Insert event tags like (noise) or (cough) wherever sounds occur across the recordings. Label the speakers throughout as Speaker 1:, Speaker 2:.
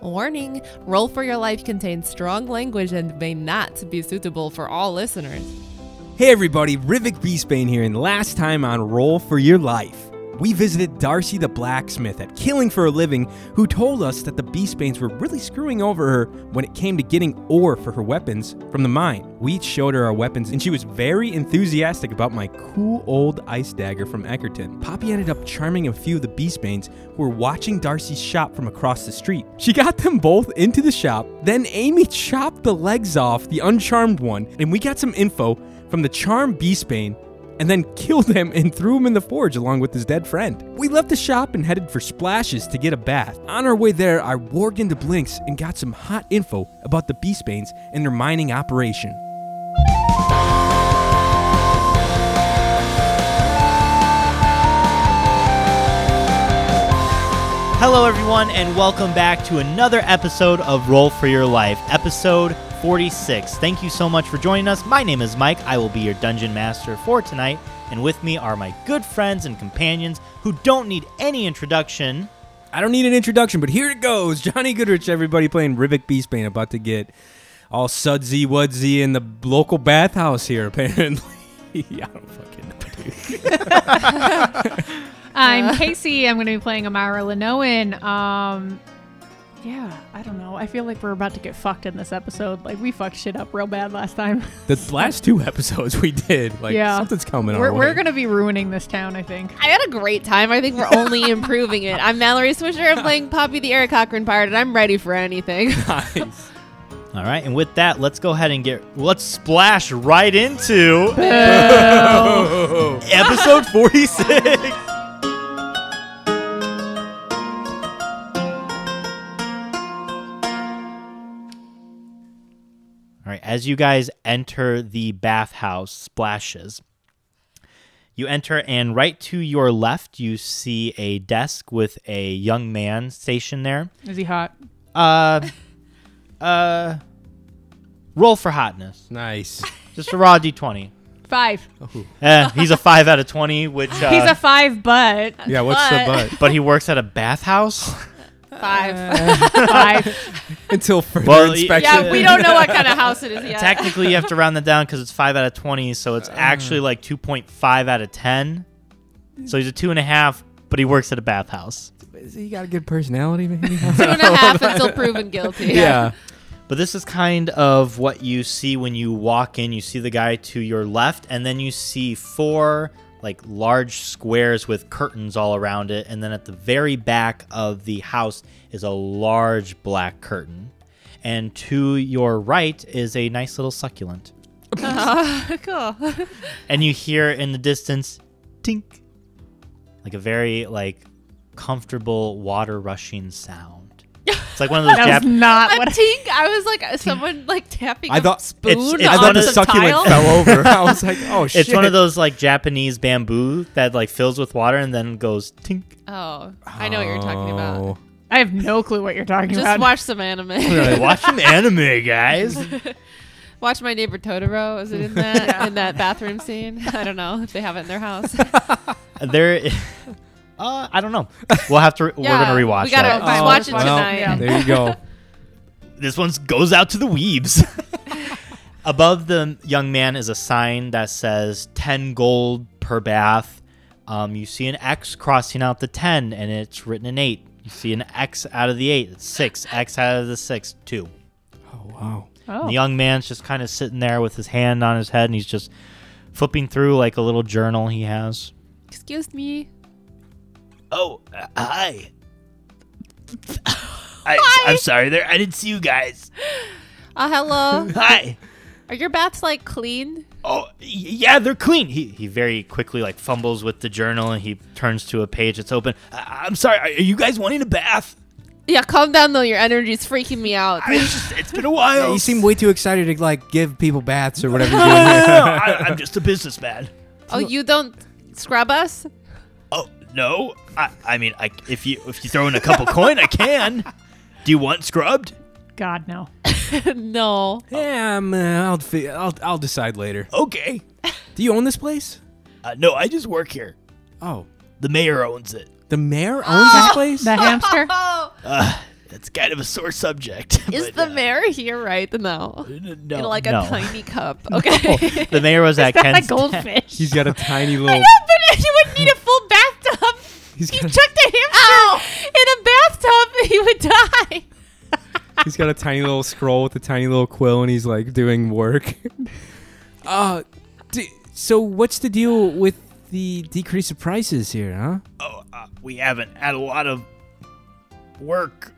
Speaker 1: Warning Roll for Your Life contains strong language and may not be suitable for all listeners.
Speaker 2: Hey everybody, Rivik Beesbane here, and last time on Roll for Your Life, we visited Darcy the blacksmith at Killing for a Living, who told us that the Beesbanes were really screwing over her when it came to getting ore for her weapons from the mine. We showed her our weapons, and she was very enthusiastic about my cool old ice dagger from Eckerton. Poppy ended up charming a few of the Beesbanes who were watching Darcy's shop from across the street. She got them both into the shop, then Amy chopped the legs off the uncharmed one, and we got some info from the charmed Beastbane and then killed him and threw him in the forge along with his dead friend. We left the shop and headed for Splashes to get a bath. On our way there, I warged into Blinks and got some hot info about the Beastbanes and their mining operation.
Speaker 3: Hello, everyone, and welcome back to another episode of Roll for Your Life, episode 46. Thank you so much for joining us. My name is Mike. I will be your dungeon master for tonight, and with me are my good friends and companions who don't need any introduction.
Speaker 2: I don't need an introduction, but here it goes. (laughs) Johnny Goodrich, everybody playing Rivik Beastbane, about to get all sudsy wudsy in the local bathhouse here, (laughs) apparently. I don't fucking know, dude.
Speaker 4: I'm Casey. I'm going to be playing Amara Lenoan. Um, yeah, I don't know. I feel like we're about to get fucked in this episode. Like we fucked shit up real bad last time.
Speaker 2: The last two episodes we did, like,
Speaker 4: Yeah.
Speaker 2: something's coming
Speaker 4: (laughs) we're
Speaker 2: our way.
Speaker 4: we're going to be ruining this town. I think.
Speaker 1: I had a great time. I think we're (laughs) only improving it. I'm Mallory Swisher. I'm playing Poppy the Eric Cochran Pirate, and I'm ready for
Speaker 2: (laughs)
Speaker 1: anything.
Speaker 2: Nice.
Speaker 3: All right, and with that, let's go ahead and get let's splash right into (laughs) episode 46. All right, as you guys enter the bathhouse splashes, you enter and right to your left, you see a desk with a young man stationed there.
Speaker 4: Is he hot?
Speaker 3: Uh,
Speaker 4: (laughs)
Speaker 3: uh, roll for hotness.
Speaker 4: (laughs)
Speaker 2: nice.
Speaker 3: Just a raw d20.
Speaker 4: Five.
Speaker 3: Eh, he's a five out of 20, which, uh,
Speaker 4: (laughs) He's a five, but
Speaker 2: (laughs) Yeah, what's the
Speaker 3: but he works at a
Speaker 4: (laughs)
Speaker 3: bathhouse.
Speaker 1: Five.
Speaker 4: five.
Speaker 2: but? Until further
Speaker 3: Well, y-
Speaker 2: inspection.
Speaker 4: Uh,
Speaker 1: yeah, we don't know what kind of house it is yet.
Speaker 3: Technically, you have to round that down because it's five out of 20, so
Speaker 4: Uh.
Speaker 3: it's actually like 2.5 out of 10. So he's a two and a half, but he works at a bathhouse.
Speaker 2: Is he got a good personality, maybe? (laughs)
Speaker 1: Two and a half until proven guilty.
Speaker 2: yeah.
Speaker 3: But this is kind of what you see when you walk in. You see the guy to your left, and then you see four like large squares with curtains all around it. And then at the very back of the house is a large black curtain. And to your right is a nice little
Speaker 4: (laughs)
Speaker 3: succulent.
Speaker 1: cool.
Speaker 3: (laughs) And you hear in the distance, tink, like a very like comfortable water rushing sound. It's like one of those
Speaker 4: (laughs) (laughs) That
Speaker 3: Jap-
Speaker 4: was not
Speaker 1: I'm
Speaker 4: what.
Speaker 1: tink. I was like, uh, someone like tapping
Speaker 2: I
Speaker 1: I
Speaker 2: thought-
Speaker 1: a spoon
Speaker 3: it's
Speaker 1: on
Speaker 2: I thought the
Speaker 3: It's
Speaker 1: some
Speaker 2: succulent
Speaker 1: tile.
Speaker 2: fell over.
Speaker 3: (laughs)
Speaker 2: I was like, oh shit.
Speaker 3: It's one of those like Japanese bamboo that like fills with water and then goes tink.
Speaker 1: Oh, I know what you're talking about.
Speaker 2: Oh.
Speaker 4: I have no clue what you're talking
Speaker 1: Just
Speaker 4: about.
Speaker 1: watch some anime.
Speaker 2: (laughs) Right.
Speaker 3: Watch (laughs) some anime, guys.
Speaker 1: (laughs) Watch My Neighbor Totoro. Is it in that (laughs) in that bathroom scene? I don't know if they have it in their
Speaker 2: (laughs)
Speaker 1: house.
Speaker 3: (laughs) there, uh, I don't know. We'll have to.
Speaker 1: Yeah,
Speaker 3: we're gonna rewatch
Speaker 1: we gotta
Speaker 3: that.
Speaker 1: Just watch it
Speaker 2: Oh, well,
Speaker 1: tonight.
Speaker 4: Yeah.
Speaker 2: There
Speaker 1: (laughs)
Speaker 2: you go.
Speaker 3: This one goes out to the weebs. (laughs) Above the young man is a sign that says 10 gold per bath. Um, you see an X crossing out the 10, and it's written in 8. You see an X out of the 8, it's 6. X out of the 6, 2.
Speaker 2: Oh wow.
Speaker 3: And
Speaker 4: oh.
Speaker 3: the young man's just kind of sitting there with his hand on his head, and he's just flipping through like a little journal he has.
Speaker 1: Excuse me.
Speaker 3: Oh, uh, hi.
Speaker 2: (laughs)
Speaker 3: I, I'm sorry there. I didn't see you guys.
Speaker 1: Uh, hello.
Speaker 3: Hi.
Speaker 1: Are your baths like clean?
Speaker 3: (laughs) Oh, y- yeah, they're clean. He, he very quickly like fumbles with the journal and he turns to a page that's open. I, I'm sorry. Are you guys wanting a bath?
Speaker 1: Yeah, calm down though. Your energy's freaking me out.
Speaker 2: (laughs)
Speaker 3: I mean, it's, just, it's been a while.
Speaker 2: you seem way too excited to like give people baths or whatever
Speaker 3: No,
Speaker 2: you're
Speaker 3: no, no,
Speaker 2: doing. (laughs)
Speaker 3: no, no. I, I'm just a businessman.
Speaker 1: Oh, you don't scrub us? (laughs)
Speaker 3: Oh no. I, I mean, I, if you if you throw in a couple coin, I can. Do you want scrubbed?
Speaker 4: God no.
Speaker 1: no.
Speaker 2: (laughs) Yeah, I'm, uh, I'll, fi- I'll I'll decide later.
Speaker 3: Okay.
Speaker 2: Do you own this place?
Speaker 3: Uh, no, I just work here.
Speaker 2: Oh,
Speaker 3: The mayor owns it.
Speaker 1: (laughs)
Speaker 2: the mayor owns this place.
Speaker 4: (laughs) The hamster.
Speaker 1: Oh,
Speaker 5: Uh, That's kind of a sore subject. (laughs)
Speaker 1: Is
Speaker 5: but,
Speaker 1: the
Speaker 5: uh,
Speaker 1: mayor here right now?
Speaker 5: n-
Speaker 1: In
Speaker 5: No.
Speaker 1: like
Speaker 3: no.
Speaker 1: a tiny cup.
Speaker 3: Oh,
Speaker 1: Okay. (laughs)
Speaker 3: the mayor was at
Speaker 4: It's not a
Speaker 3: Ken's.
Speaker 4: goldfish.
Speaker 2: He's got a tiny
Speaker 1: I
Speaker 2: little.
Speaker 1: know, but you would need a full bathtub.
Speaker 2: He's
Speaker 1: he
Speaker 2: got-
Speaker 1: took the hamster in a bathtub. (laughs) He would die.
Speaker 2: He's got a tiny little scroll with a tiny little quill, and he's like doing work. (laughs) uh, d- so what's the deal with the decrease of prices here, huh?
Speaker 5: Oh, uh, we haven't had a lot of work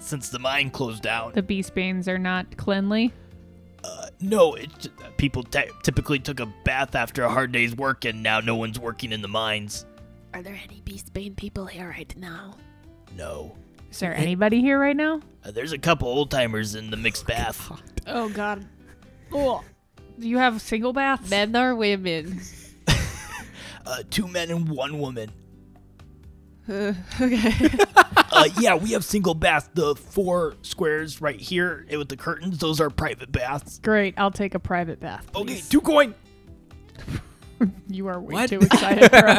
Speaker 5: since the mine closed down.
Speaker 4: The beast banes are not cleanly.
Speaker 5: No, it's uh, people ty typically took a bath after a hard day's work, and now no one's working in the mines.
Speaker 1: Are there any Beastbane people here right now?
Speaker 5: No,
Speaker 4: Is there anybody here right now?
Speaker 5: uh, there's a couple old timers in the mixed bath.
Speaker 4: Oh God. Oh. Do you have single baths?
Speaker 1: Men or women? (laughs)
Speaker 5: Uh, two men and one woman.
Speaker 1: okay.
Speaker 2: (laughs)
Speaker 5: Uh, yeah, we have single baths. The four squares right here eh, with the curtains, those are private baths.
Speaker 4: Great. I'll take a private bath.
Speaker 2: Oh,
Speaker 5: Okay,
Speaker 4: please.
Speaker 5: two coin.
Speaker 4: You are way
Speaker 2: What?
Speaker 4: too
Speaker 2: (laughs)
Speaker 4: excited, bro.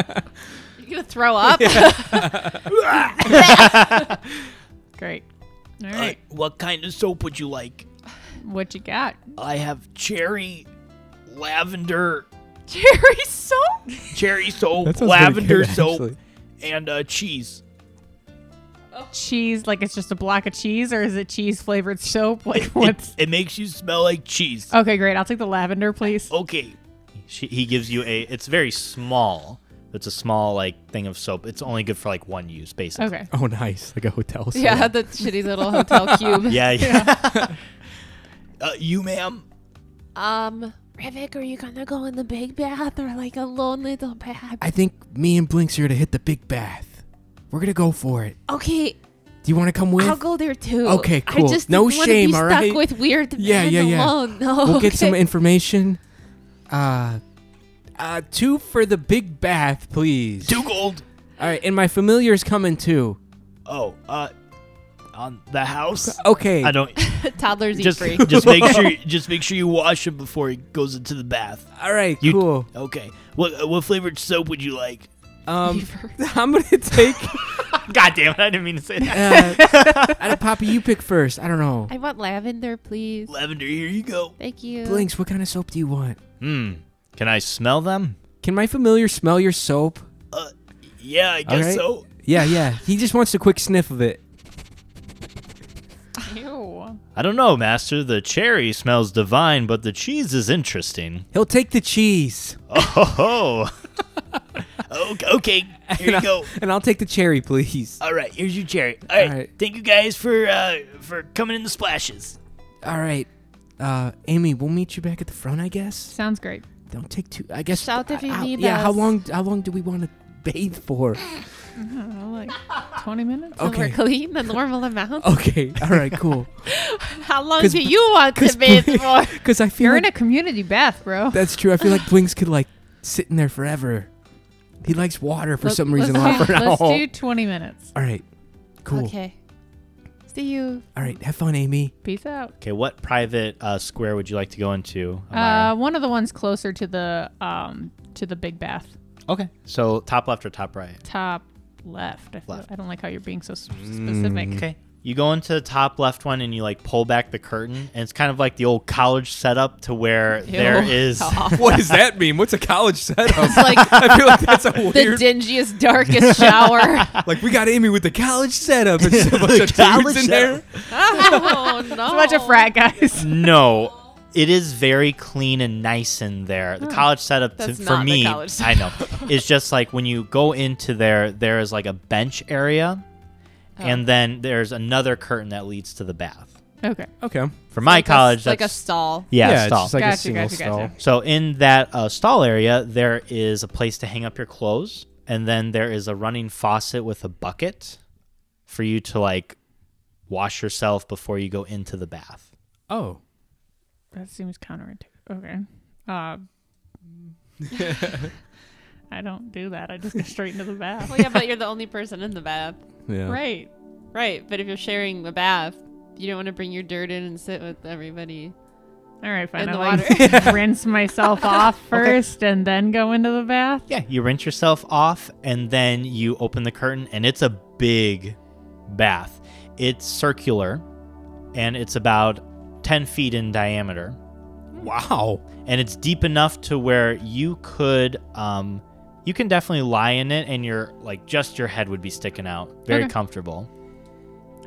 Speaker 1: (laughs) You gonna throw up? (laughs)
Speaker 4: Great. All
Speaker 5: Uh,
Speaker 4: right.
Speaker 5: what kind of soap would you like?
Speaker 4: What you got?
Speaker 5: I have cherry, lavender,
Speaker 1: Cherry soap?
Speaker 2: (laughs)
Speaker 5: cherry soap,
Speaker 2: That sounds pretty
Speaker 5: lavender
Speaker 2: good,
Speaker 5: soap,
Speaker 2: actually.
Speaker 5: and uh,
Speaker 2: (laughs)
Speaker 5: cheese.
Speaker 4: Cheese? Like it's just a block of cheese, or is it cheese flavored
Speaker 2: (laughs)
Speaker 4: (laughs) soap? Like
Speaker 5: It-
Speaker 4: what's?
Speaker 5: It, makes you smell like cheese.
Speaker 4: Okay, great. I'll take the lavender, please.
Speaker 2: Oh.
Speaker 5: Okay,
Speaker 3: She, he gives you a. It's very small. It's a small like thing of soap. It's only good for like one use, basically.
Speaker 4: Okay.
Speaker 2: Oh, nice, like a hotel. Soap.
Speaker 1: Yeah, the shitty little
Speaker 2: (laughs)
Speaker 1: hotel cube.
Speaker 3: Yeah. yeah.
Speaker 5: (laughs) uh, you, ma'am.
Speaker 1: Um, Rivik, are you gonna go in the big bath or like a lonely little bath?
Speaker 2: I think me and Blinks are to hit the big bath. We're gonna go for it.
Speaker 1: Okay,
Speaker 2: Do you want to come with?
Speaker 1: I'll go there too.
Speaker 2: Okay,
Speaker 1: I
Speaker 2: cool.
Speaker 1: just
Speaker 2: No
Speaker 1: didn't wanna
Speaker 2: shame,
Speaker 1: Be
Speaker 2: all
Speaker 1: stuck
Speaker 2: right?
Speaker 1: with weird
Speaker 2: Yeah,
Speaker 1: men
Speaker 2: yeah, yeah.
Speaker 1: alone. (laughs) No,
Speaker 2: We'll (laughs) get some
Speaker 1: okay.
Speaker 2: information. Uh, uh, two for the big bath, please.
Speaker 5: Two gold.
Speaker 2: All right, and my familiar's coming too.
Speaker 5: Oh, uh, on the house.
Speaker 2: Okay.
Speaker 5: I don't.
Speaker 1: (laughs) toddlers eat
Speaker 5: Just,
Speaker 1: free.
Speaker 5: just make
Speaker 3: (laughs)
Speaker 5: sure. Just make sure you wash him before he goes into the bath.
Speaker 2: All right,
Speaker 3: You-
Speaker 2: cool.
Speaker 5: (laughs) Okay. What uh, what flavored soap would you like?
Speaker 2: Um, (laughs) I'm gonna take.
Speaker 3: (laughs) God damn it! I didn't mean to say that.
Speaker 1: (laughs)
Speaker 2: Uh, I, Poppy, you pick first. I don't know.
Speaker 1: (laughs) I want lavender, please.
Speaker 5: (laughs) Lavender. Here you go.
Speaker 1: Thank you.
Speaker 2: Blinks, what kind of soap do you want?
Speaker 3: Hmm. Can I smell them?
Speaker 2: Can my familiar smell your soap?
Speaker 5: Uh, yeah, I guess
Speaker 2: right.
Speaker 5: so.
Speaker 2: Yeah, yeah. He just wants a quick sniff of it.
Speaker 4: Ew.
Speaker 3: I don't know, Master. The cherry smells divine, but the cheese is interesting.
Speaker 2: He'll take the cheese,
Speaker 3: Oh, ho,
Speaker 5: (laughs)
Speaker 3: ho.
Speaker 5: Okay, okay.
Speaker 3: (laughs)
Speaker 5: Here you go.
Speaker 2: and I'll take the cherry, please.
Speaker 5: All right. Here's your cherry. All right.
Speaker 2: All right.
Speaker 5: Thank you guys for uh for coming in the splashes.
Speaker 2: All right. Uh, Amy, we'll meet you back at the front, I guess.
Speaker 4: Sounds great.
Speaker 2: Don't take too. I guess.
Speaker 1: Shout if you
Speaker 2: how-
Speaker 1: need
Speaker 2: Yeah. How
Speaker 1: us.
Speaker 2: long? How long do we want to bathe
Speaker 1: (laughs)
Speaker 2: for?
Speaker 4: I don't
Speaker 2: (laughs)
Speaker 4: know, like 20 minutes?
Speaker 1: So
Speaker 2: Okay.
Speaker 1: We're clean, the
Speaker 2: (laughs)
Speaker 1: normal amount.
Speaker 2: Okay. All right. (laughs) Cool.
Speaker 1: How long
Speaker 2: Oh, (laughs) 'Cause-
Speaker 1: do you want to
Speaker 2: Because
Speaker 1: bathe for?
Speaker 2: I feel
Speaker 4: You're
Speaker 2: like
Speaker 4: in a community bath, bro.
Speaker 2: That's true. I
Speaker 1: (laughs)
Speaker 2: feel like Blinks could like sit in there forever. He likes water for
Speaker 1: Let-
Speaker 2: some reason.
Speaker 4: (laughs) let's
Speaker 2: Lava.
Speaker 4: do,
Speaker 2: All
Speaker 4: let's do 20 minutes.
Speaker 2: right, cool.
Speaker 1: Okay. See you.
Speaker 2: All right, have fun, Amy.
Speaker 4: Peace out.
Speaker 3: okay, what private uh, square would you like to go into?
Speaker 4: Uh,
Speaker 3: Amara?
Speaker 4: one of the ones closer to the um to the big bath.
Speaker 3: Uh, okay. So top left or top right?
Speaker 4: Top left. I, feel,
Speaker 3: Left.
Speaker 4: I don't like how you're being so s-
Speaker 2: Mm.
Speaker 4: specific.
Speaker 3: Okay. You go into the top left one and you like pull back the curtain, and it's kind of like the old college setup to where there is.
Speaker 2: (laughs) What does that mean? What's a college setup?
Speaker 1: It's like
Speaker 2: I feel like that's a
Speaker 1: the dingiest, darkest
Speaker 4: (laughs)
Speaker 1: shower.
Speaker 2: like we got Amy with the college setup (laughs) and so much of
Speaker 3: college setup.
Speaker 1: oh no!
Speaker 4: It's a bunch of frat guys. (laughs)
Speaker 3: No. It is very clean and nice in there. The college setup to,
Speaker 1: Hmm. That's
Speaker 3: for
Speaker 1: not the
Speaker 3: me,
Speaker 1: college
Speaker 3: I know, is just like when you go into there, there is like a bench area,
Speaker 1: Oh.
Speaker 3: and then there's another curtain that leads to the bath.
Speaker 4: okay.
Speaker 2: Okay.
Speaker 3: For my
Speaker 1: Like a-
Speaker 3: college,
Speaker 1: like a
Speaker 3: that's
Speaker 1: stall.
Speaker 3: yeah, stall.
Speaker 2: just like
Speaker 4: Gotcha,
Speaker 2: a single
Speaker 4: gotcha,
Speaker 2: stall.
Speaker 4: gotcha.
Speaker 3: so in that uh, stall area, there is a place to hang up your clothes, and then there is a running faucet with a bucket for you to like wash yourself before you go into the bath.
Speaker 2: Oh,
Speaker 4: That seems counterintuitive. Okay. Uh, I don't do that. I just go straight into the bath.
Speaker 1: Well, yeah, but you're the only person in the bath,
Speaker 2: yeah.
Speaker 4: Right.
Speaker 1: right? But if you're sharing the bath, you don't want to bring your dirt in and sit with everybody.
Speaker 4: All right, fine.
Speaker 1: In
Speaker 4: I
Speaker 1: the
Speaker 4: like rinse myself off first and then go into the bath.
Speaker 3: Yeah, you rinse yourself off and then you open the curtain and it's a big bath. It's circular, and it's about ten feet in diameter,
Speaker 2: Wow.
Speaker 3: and it's deep enough to where you could, um, you can definitely lie in it, and your like just your head would be sticking out, very
Speaker 4: Okay.
Speaker 3: comfortable.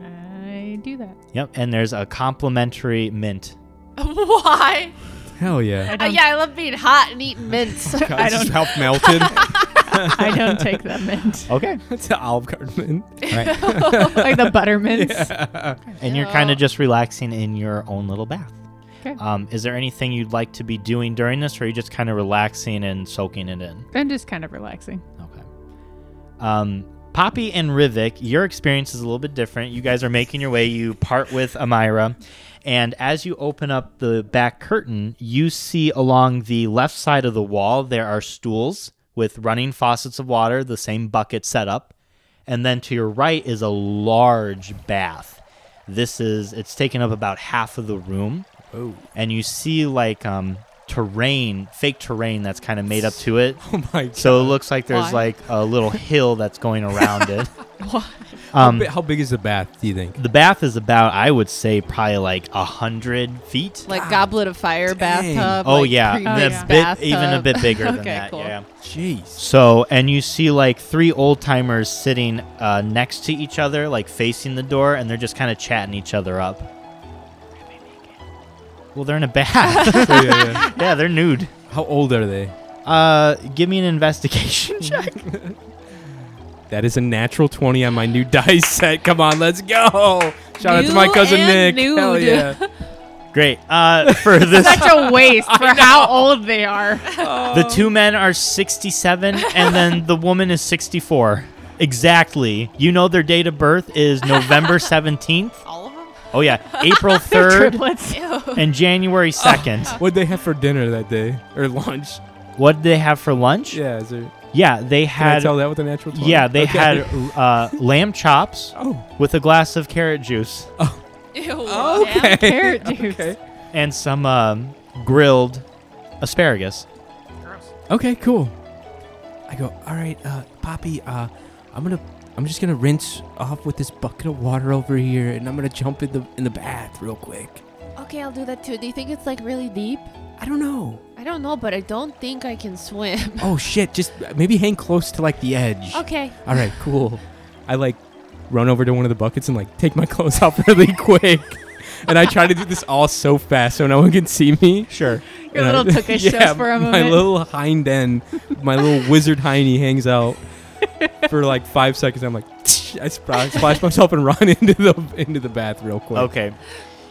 Speaker 4: I do that.
Speaker 3: Yep. And there's a complimentary mint.
Speaker 1: (laughs) Why?
Speaker 2: Hell yeah.
Speaker 1: Uh, yeah, I love being hot and eating (laughs) mints.
Speaker 2: I don't help melted.
Speaker 4: I don't take the
Speaker 1: (laughs)
Speaker 4: mint, (laughs)
Speaker 3: Okay.
Speaker 2: That's an Olive Garden.
Speaker 4: like the buttermints.
Speaker 3: and you're
Speaker 1: Yeah.
Speaker 3: kind of just relaxing in your own little bath.
Speaker 4: Okay.
Speaker 3: Um, is there anything you'd like to be doing during this, or are you just kind of relaxing and soaking it in?
Speaker 4: I'm just kind
Speaker 1: (laughs)
Speaker 4: of relaxing.
Speaker 3: Okay. Um, Poppy and Rivik, your experience is a little bit different. You guys are making your way. You part with Amira. And as you open up the back curtain, you see along the left side of the wall, there are stools with running faucets of water, the same bucket set up. And then to your right is a large bath. This is, it's taken up about half of the room
Speaker 2: Oh.
Speaker 3: and you see like um terrain fake terrain that's kind of made up to it
Speaker 2: Oh my god.
Speaker 3: so it looks like there's
Speaker 1: Uh, Why?
Speaker 3: like a
Speaker 1: (laughs)
Speaker 3: little hill that's going around it
Speaker 2: how,
Speaker 3: um
Speaker 2: bi- how big is the bath, do you think?
Speaker 3: the bath is about i would say probably like a hundred feet
Speaker 1: like goblet of fire
Speaker 2: Dang.
Speaker 1: bathtub.
Speaker 3: oh
Speaker 1: like,
Speaker 3: yeah,
Speaker 1: pre-mixed
Speaker 4: Oh,
Speaker 3: a
Speaker 4: yeah.
Speaker 3: bit
Speaker 1: bathtub.
Speaker 3: even a
Speaker 1: (laughs)
Speaker 3: bit bigger than
Speaker 1: Okay,
Speaker 3: that
Speaker 1: cool.
Speaker 3: yeah
Speaker 2: Jeez.
Speaker 3: so and you see like three old timers sitting uh, next to each other like facing the door and they're just kind of chatting each other up well they're in a bath (laughs)
Speaker 2: So, (laughs) yeah, yeah.
Speaker 3: yeah they're nude
Speaker 2: How old are they?
Speaker 3: uh give me an investigation
Speaker 1: (laughs)
Speaker 3: check
Speaker 2: That is a natural 20 on my new (laughs) dice set. Come on, let's go. Shout out to my
Speaker 1: New
Speaker 2: cousin Nick.
Speaker 1: and
Speaker 2: Hell
Speaker 1: nude.
Speaker 2: yeah.
Speaker 3: Great. Uh, for this,
Speaker 4: Such a waste for how old they are.
Speaker 3: the
Speaker 2: Um,
Speaker 3: two men are 67,
Speaker 2: (laughs)
Speaker 3: and then the woman is 64. Exactly. You know their date of birth
Speaker 2: (laughs)
Speaker 3: is November 17th.
Speaker 1: All of them?
Speaker 3: Oh yeah, April
Speaker 4: They're
Speaker 1: (laughs)
Speaker 3: 3rd
Speaker 4: (laughs) triplets.
Speaker 3: and
Speaker 2: (laughs)
Speaker 3: January 2nd.
Speaker 2: What'd they have for dinner that day? Or lunch?
Speaker 3: What did they have for lunch?
Speaker 2: Yeah, is there,
Speaker 3: Yeah, they
Speaker 2: can I
Speaker 3: had.
Speaker 2: tell that with a natural 20?
Speaker 3: Yeah, they
Speaker 2: Okay.
Speaker 3: had uh, lamb chops
Speaker 2: (laughs) Oh,
Speaker 3: with a glass of carrot juice (laughs)
Speaker 1: Ew.
Speaker 2: okay.
Speaker 4: carrot juice.
Speaker 2: Okay.
Speaker 3: and some um, grilled asparagus.
Speaker 2: Okay, cool. I go, all right, uh, Poppy, uh, I'm gonna, I'm just gonna rinse off with this bucket of water over here, and I'm gonna jump in the in the bath real quick.
Speaker 1: Okay, I'll do that too. Do you think it's like really deep?
Speaker 2: I don't (laughs) know.
Speaker 1: I don't know, but I don't think I can swim. (laughs)
Speaker 2: Oh shit! Just maybe hang close to like the edge.
Speaker 1: Okay.
Speaker 2: All right, (laughs) cool. I like run over to one of the buckets and like take my (laughs) clothes off really quick, and I try to do this all so fast so no one can see me.
Speaker 3: Sure.
Speaker 2: And
Speaker 4: Your
Speaker 2: I- (laughs)
Speaker 4: little tuckish
Speaker 2: yeah,
Speaker 4: shows for a
Speaker 2: My
Speaker 4: moment.
Speaker 2: little hind end, my
Speaker 4: (laughs)
Speaker 2: little wizard hiney hangs out for like five seconds. I'm like, I spl- splash
Speaker 4: (laughs)
Speaker 2: myself and run (laughs) into the into the bath real quick.
Speaker 3: Okay.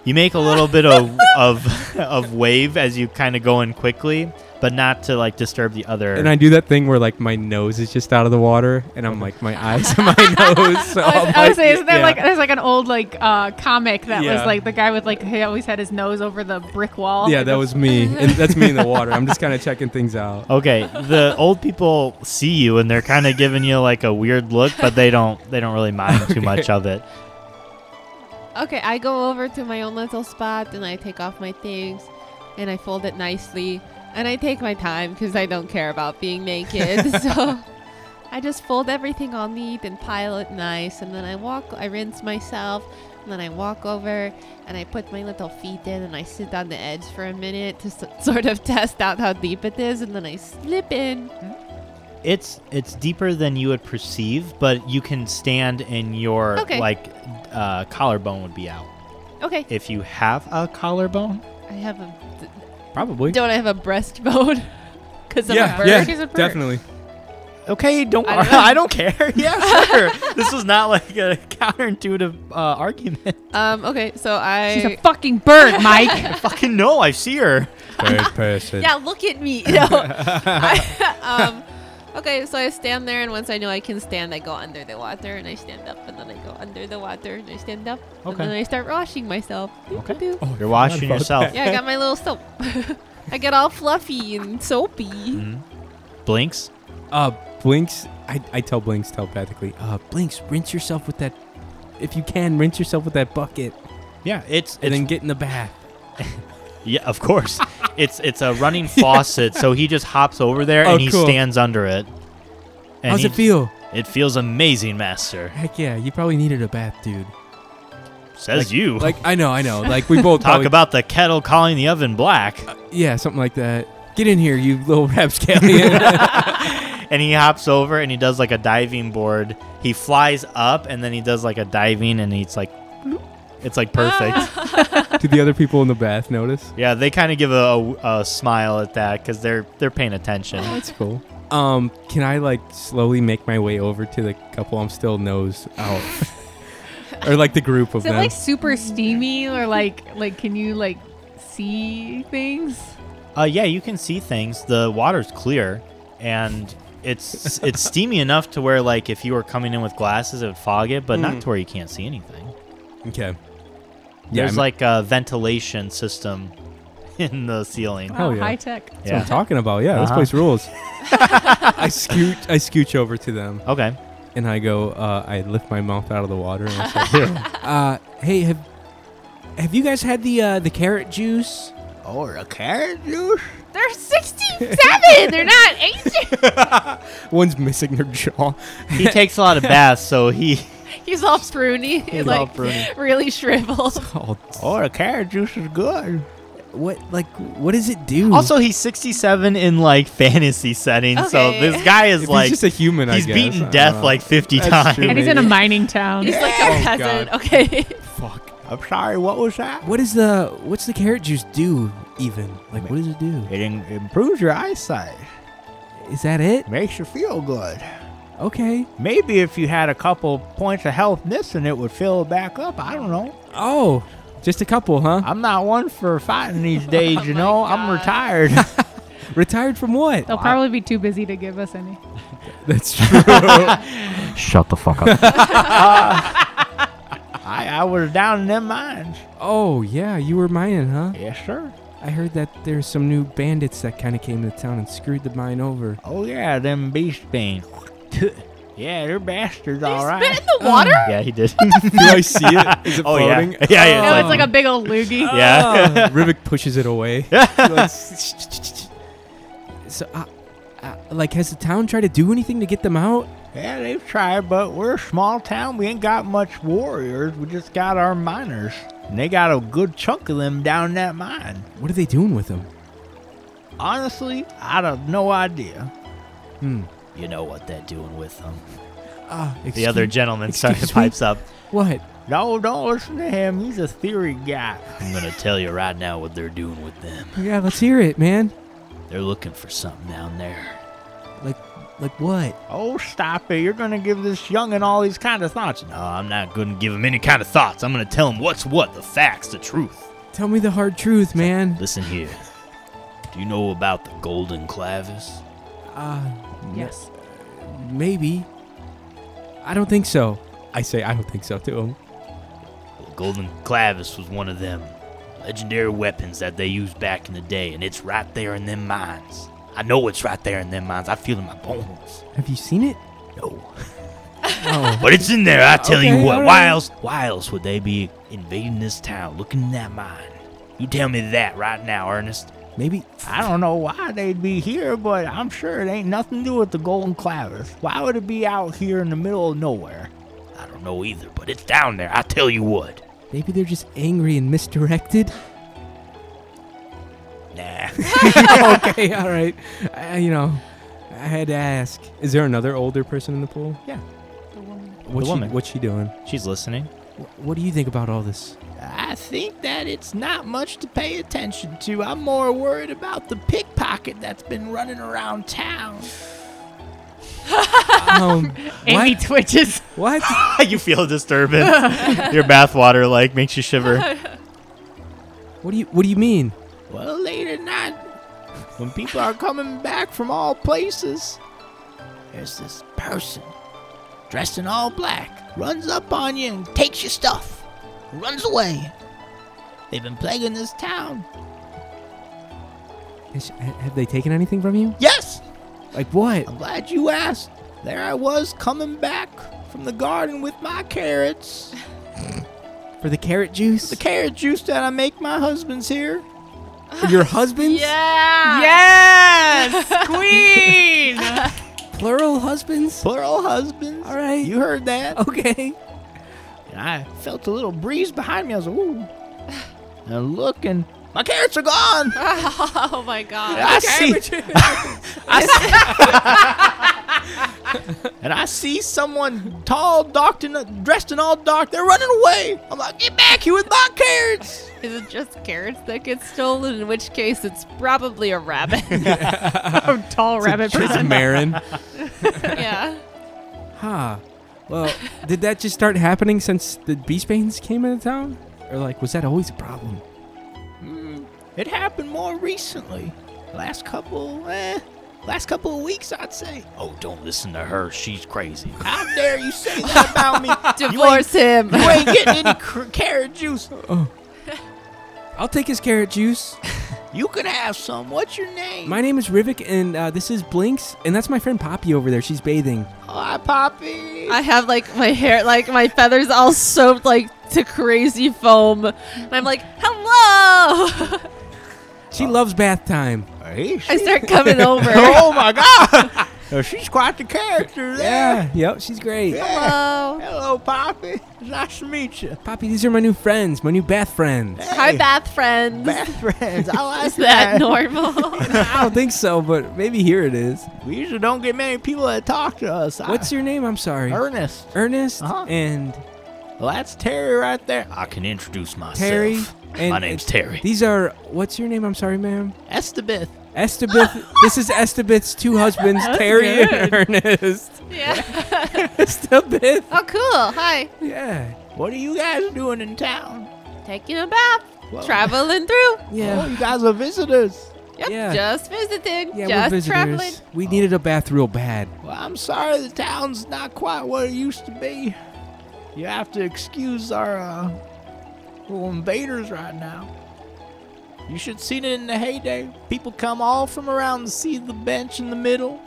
Speaker 3: You make a little
Speaker 2: (laughs)
Speaker 3: bit of of of wave as you kind of go in quickly, but not to like disturb the other.
Speaker 2: And I do that thing where like my nose is just out of the water, and I'm like my eyes and my nose. So
Speaker 4: (laughs)
Speaker 2: (laughs)
Speaker 4: I
Speaker 2: I'm
Speaker 4: was, I was saying, isn't there
Speaker 2: yeah.
Speaker 4: like there's like an old like uh, comic that
Speaker 2: Yeah.
Speaker 4: was like the guy with like he always had his nose over the brick wall.
Speaker 2: yeah, that was
Speaker 4: (laughs)
Speaker 2: me, and that's me in the water. I'm just kind of checking things out.
Speaker 3: okay, the old people see you and they're kind of giving you like a weird look, but they don't they don't really mind too much of it.
Speaker 1: Okay, I go over to my own little spot and I take off my things and I fold it nicely and I take my time because I don't care about being naked. (laughs) so I just fold everything all neat and pile it nice and then I walk, I rinse myself and then I walk over and I put my little feet in and I sit on the edge for a minute to s- (laughs) sort of test out how deep it is and then I slip in.
Speaker 3: It's it's deeper than you would perceive, but you can stand in your
Speaker 1: Okay.
Speaker 3: like uh, collarbone would be out
Speaker 1: Okay,
Speaker 3: if you have a collarbone.
Speaker 1: I have a.
Speaker 2: Probably.
Speaker 1: Don't I have a (laughs) breastbone? Because I'm a
Speaker 2: yeah,
Speaker 1: bird.
Speaker 2: yeah,
Speaker 4: He's a bird. (laughs)
Speaker 2: definitely.
Speaker 3: Okay, don't
Speaker 1: I
Speaker 3: worry.
Speaker 1: don't know.
Speaker 3: (laughs) I don't care. Yeah, sure. this is not like a counterintuitive uh, argument.
Speaker 1: Um, okay, so I.
Speaker 4: She's a fucking bird, Mike.
Speaker 3: fucking no, I see her.
Speaker 2: Third person.
Speaker 1: Yeah, look at me. No. (laughs) I- um, okay, so I stand there, and once I know I can stand, I go under the water, and I stand up, and then I go under the water, and I stand up, and
Speaker 3: Okay.
Speaker 1: then I start washing myself. Doop,
Speaker 3: Okay.
Speaker 1: doop, doop.
Speaker 2: Oh,
Speaker 3: You're washing
Speaker 2: about
Speaker 3: yourself.
Speaker 1: Yeah, I got my little soap. (laughs) I get all fluffy and soapy.
Speaker 3: Mm-hmm. Blinks.
Speaker 2: Uh, Blinks, I, I tell Blinks telepathically, uh, Blinks, rinse yourself with that, if you can, rinse yourself with that bucket
Speaker 3: Yeah, it's,
Speaker 2: and
Speaker 3: it's
Speaker 2: then get in the bath.
Speaker 3: yeah, of course. it's it's
Speaker 2: (laughs)
Speaker 3: a running faucet, so he just hops over there
Speaker 2: Oh,
Speaker 3: and he
Speaker 2: cool.
Speaker 3: stands under it. And
Speaker 2: How's
Speaker 3: he-
Speaker 2: it feel?
Speaker 3: It feels amazing, master. (laughs)
Speaker 2: Heck yeah, you probably needed a bath, dude.
Speaker 5: Says
Speaker 2: Like-
Speaker 5: you.
Speaker 2: Like I know, I know. Like we both
Speaker 3: (laughs) Talk
Speaker 2: probably-
Speaker 3: about the kettle calling the oven black.
Speaker 2: yeah, something like that. Get in here, you little (laughs)
Speaker 3: (laughs)
Speaker 2: rapscallion. (laughs)
Speaker 3: and he hops over and he does like a diving board. He flies up and then he does like a diving and he's like, it's like
Speaker 2: (laughs)
Speaker 3: perfect.
Speaker 2: Did the other people in the bath notice?
Speaker 3: yeah, they kind of give a, a, a smile at that because they're they're paying attention.
Speaker 2: That's cool. Um, can I like slowly make my way over to the couple I'm still nose
Speaker 3: (laughs)
Speaker 2: out, or like the group of
Speaker 4: Is it
Speaker 2: them?
Speaker 4: like super steamy or like like can you like see things?
Speaker 3: Uh, yeah, you can see things. The water's clear, and it's (laughs) it's steamy enough to where like if you were coming in with glasses, it would fog it, but
Speaker 4: Hmm.
Speaker 3: not to where you can't see anything.
Speaker 2: okay. Yeah,
Speaker 3: There's
Speaker 2: I'm-
Speaker 3: like a ventilation system (laughs) in the ceiling.
Speaker 2: Hell
Speaker 4: Wow,
Speaker 2: yeah.
Speaker 4: High tech.
Speaker 2: That's what
Speaker 3: Yeah.
Speaker 2: I'm talking about. Yeah, this
Speaker 3: Uh-huh.
Speaker 2: place
Speaker 3: (laughs)
Speaker 2: rules. I scooch, I scooch over to them,
Speaker 4: (laughs)
Speaker 3: Okay.
Speaker 2: and I go. Uh, I lift my mouth out of the water. And I
Speaker 3: (laughs)
Speaker 2: say, uh, hey, have have you guys had the uh, the carrot juice?
Speaker 5: or a carrot juice?
Speaker 4: They're 67. They're not 18.
Speaker 2: One's missing their jaw. (laughs)
Speaker 3: He takes a lot of baths, so
Speaker 4: (laughs)
Speaker 3: he
Speaker 1: He's all pruny. He's
Speaker 3: all
Speaker 1: like really shriveled.
Speaker 2: Oh,
Speaker 5: Or a carrot juice is good.
Speaker 2: what like what does it do?
Speaker 3: also he's 67 in like fantasy settings, so
Speaker 1: Okay.
Speaker 3: this guy is
Speaker 2: If
Speaker 3: like
Speaker 2: he's just a human. I
Speaker 3: he's
Speaker 2: guess. I
Speaker 3: beaten
Speaker 2: don't
Speaker 3: death
Speaker 2: know.
Speaker 3: like 50
Speaker 2: That's
Speaker 3: times.
Speaker 2: true.
Speaker 4: and he's in a mining town.
Speaker 1: He's like a
Speaker 3: Oh,
Speaker 1: peasant.
Speaker 2: God.
Speaker 1: Okay.
Speaker 2: Fuck.
Speaker 5: I'm sorry, what was that?
Speaker 2: What is the what's the carrot juice do even? Like what does it do?
Speaker 5: It in- improves your eyesight,
Speaker 2: Is that it?
Speaker 5: makes you feel good.
Speaker 2: Okay.
Speaker 5: Maybe if you had a couple points of health missing, it would fill back up. I don't know.
Speaker 2: Oh, just a couple, huh?
Speaker 5: I'm not one for fighting these days, you know. I'm retired.
Speaker 2: Retired from what?
Speaker 4: They'll probably be too busy to give us any.
Speaker 2: (laughs) That's true.
Speaker 5: Shut the fuck up. I, I was down in them mines.
Speaker 2: oh yeah, you were mining, huh?
Speaker 5: Yes, sir.
Speaker 2: I heard that there's some new bandits that kind of came to town and screwed the mine over.
Speaker 5: Oh, yeah, them beast beans. (laughs) yeah, they're bastards, all right.
Speaker 1: (laughs) Spit in the water?
Speaker 3: Yeah, he did.
Speaker 2: (laughs) do I see it? Is it
Speaker 3: (laughs) oh uh, yeah.
Speaker 2: (laughs)
Speaker 3: Yeah, yeah.
Speaker 4: No,
Speaker 3: it's
Speaker 4: it's like a big old loogie.
Speaker 3: like-
Speaker 4: (laughs)
Speaker 3: yeah.
Speaker 2: Uh, Rivik pushes it (laughs) away. so, uh, uh, like, has the town tried to do anything to get them out?
Speaker 5: Yeah, they've tried, but we're a small town. We ain't got much warriors. We just got our miners. And they got a good chunk of them down in that mine.
Speaker 2: What are they doing with them?
Speaker 5: Honestly, I'd have no idea.
Speaker 2: Hmm.
Speaker 3: You know what they're doing with them.
Speaker 2: Uh,
Speaker 3: The other gentleman
Speaker 2: excuse
Speaker 3: starts
Speaker 2: me?
Speaker 3: pipes up.
Speaker 2: What?
Speaker 5: No, don't listen to him. He's a theory guy.
Speaker 3: I'm gonna tell you right now what they're doing with them.
Speaker 2: Yeah, let's hear it, man.
Speaker 3: They're looking for something down there.
Speaker 2: Like what?
Speaker 5: Oh, stop it. You're going to give this youngin' all these kind of thoughts.
Speaker 3: No, I'm not gonna give him any kind of thoughts. I'm gonna tell him what's what, the facts, the truth.
Speaker 2: Tell me the hard truth, man.
Speaker 3: Listen here. Do you know about the golden clavis?
Speaker 2: Uh,
Speaker 4: Yes.
Speaker 2: maybe. I don't think so. I say I don't think so to him.
Speaker 3: Well, the golden clavis was one of them legendary weapons that they used back in the day, and it's right there in them mines. I know it's right there in them mines. I feel it in my bones.
Speaker 2: Have you seen it?
Speaker 3: No.
Speaker 2: Oh.
Speaker 3: But it's in there, I tell you
Speaker 2: Okay,
Speaker 3: what.
Speaker 2: all
Speaker 3: Why
Speaker 2: right.
Speaker 3: else why else would they be invading this town, looking in that mine? You tell me that right now, Ernest.
Speaker 2: maybe.
Speaker 5: I don't know why they'd be here, but I'm sure it ain't nothing to do with the golden clavis. Why would it be out here in the middle of nowhere?
Speaker 3: I don't know either, but it's down there, I tell you what.
Speaker 2: Maybe they're just angry and misdirected. (laughs)
Speaker 3: Nah.
Speaker 2: (laughs) okay, all right. I, you know, I had to ask. Is there another older person in the pool?
Speaker 3: Yeah.
Speaker 2: What's
Speaker 3: The
Speaker 2: she,
Speaker 3: woman.
Speaker 2: What's she doing?
Speaker 3: (laughs) She's listening.
Speaker 2: Wh- What do you think about all this?
Speaker 5: I think that it's not much to pay attention to. I'm more worried about the pickpocket that's been running around town.
Speaker 2: Um,
Speaker 4: Amy
Speaker 2: what?
Speaker 4: twitches.
Speaker 2: What?
Speaker 3: (laughs) you feel
Speaker 2: (laughs)
Speaker 3: a disturbance. Your bathwater like makes you shiver.
Speaker 2: What do you What do you mean?
Speaker 5: Well, late at night, when people are coming back from all places, there's this person dressed in all black, runs up on you and takes your stuff, runs away. They've been plaguing this town.
Speaker 2: Has- ha- have they taken anything from you?
Speaker 5: Yes,
Speaker 2: Like what?
Speaker 5: I'm glad you asked. There I was coming back from the garden with my carrots.
Speaker 2: For the carrot juice?
Speaker 5: The carrot juice that I make my husband's here.
Speaker 2: For your husband's?
Speaker 3: Mm.
Speaker 1: Yeah.
Speaker 4: Yes, queen.
Speaker 2: Plural husbands?
Speaker 5: Plural husbands.
Speaker 2: All right.
Speaker 5: You heard that.
Speaker 2: Okay.
Speaker 5: and I felt a little breeze behind me. I was
Speaker 2: (laughs)
Speaker 5: like, ooh. And I look, and my carrots are gone.
Speaker 1: Oh my god.
Speaker 5: I (laughs) see. and I see (laughs) someone tall, docked in, dressed in all dark. They're running away. I'm like, get back here with my carrots.
Speaker 1: Is it just carrots that get stolen? In which case, it's probably a
Speaker 3: (laughs)
Speaker 1: rabbit. (laughs)
Speaker 4: Oh, tall rabbit
Speaker 2: It's
Speaker 4: person.
Speaker 2: Marin.
Speaker 1: yeah.
Speaker 2: (laughs) Huh. Well, did that just start happening since the Beast Banes came into town? Or, like, was that always a problem?
Speaker 5: It happened more recently. Last couple, eh, last couple of weeks, I'd say. Oh, don't listen to her. She's crazy. How dare you say that about me?
Speaker 1: Divorce him.
Speaker 5: You ain't getting any cr- carrot juice.
Speaker 2: I'll take his carrot juice.
Speaker 5: You can have some. What's your name?
Speaker 2: My name is Rivik, and uh, this is Blinks, and that's my friend Poppy over there. She's bathing.
Speaker 5: Oh, Hi, Poppy.
Speaker 1: I have like my hair, like my feathers all soaked like to crazy foam. And I'm like, hello. (laughs)
Speaker 2: She
Speaker 5: Oh.
Speaker 2: loves bath time.
Speaker 5: Hey, she-
Speaker 1: I start coming
Speaker 2: (laughs)
Speaker 1: over.
Speaker 5: oh my God! Now, she's quite the character
Speaker 2: Yeah,
Speaker 5: there.
Speaker 2: yep, she's great.
Speaker 5: Yeah.
Speaker 1: hello.
Speaker 5: Hello, Poppy. It's nice to meet you.
Speaker 2: Poppy, these are my new friends, my new bath friends.
Speaker 1: Hi,
Speaker 5: Hey,
Speaker 1: bath friends.
Speaker 5: Best friends. I
Speaker 1: (laughs)
Speaker 5: like
Speaker 1: Is that
Speaker 2: (laughs)
Speaker 1: normal?
Speaker 2: I don't think so, but maybe here it is.
Speaker 5: We usually don't get many people that talk to us. Ah,
Speaker 2: What's your name? I'm sorry.
Speaker 5: Ernest?
Speaker 2: Ernest
Speaker 5: Er- Uh-huh.
Speaker 2: and
Speaker 5: Well, that's Terry right there. I can introduce myself.
Speaker 2: Terry. And
Speaker 5: My name's Terry.
Speaker 2: These are what's your name? I'm sorry, ma'am.
Speaker 5: Estabeth. (laughs)
Speaker 2: Estabeth. this is Estabeth's two husbands, Terry and (laughs) Ernest.
Speaker 1: yeah.
Speaker 2: Estabeth.
Speaker 1: Oh, cool. Hi.
Speaker 2: Yeah.
Speaker 5: What are you guys doing in town?
Speaker 1: Taking a bath.
Speaker 5: Well-
Speaker 1: Traveling through.
Speaker 5: Oh, you guys are visitors.
Speaker 1: Yep.
Speaker 2: Yeah.
Speaker 1: Just visiting.
Speaker 2: Yeah,
Speaker 1: just
Speaker 2: we're visitors.
Speaker 1: traveling.
Speaker 2: We needed a bath real bad.
Speaker 5: Well, I'm sorry the town's not quite what it used to be. You have to excuse our uh, little invaders right now. You should seen it in the heyday. People come all from around to see the bench in the middle.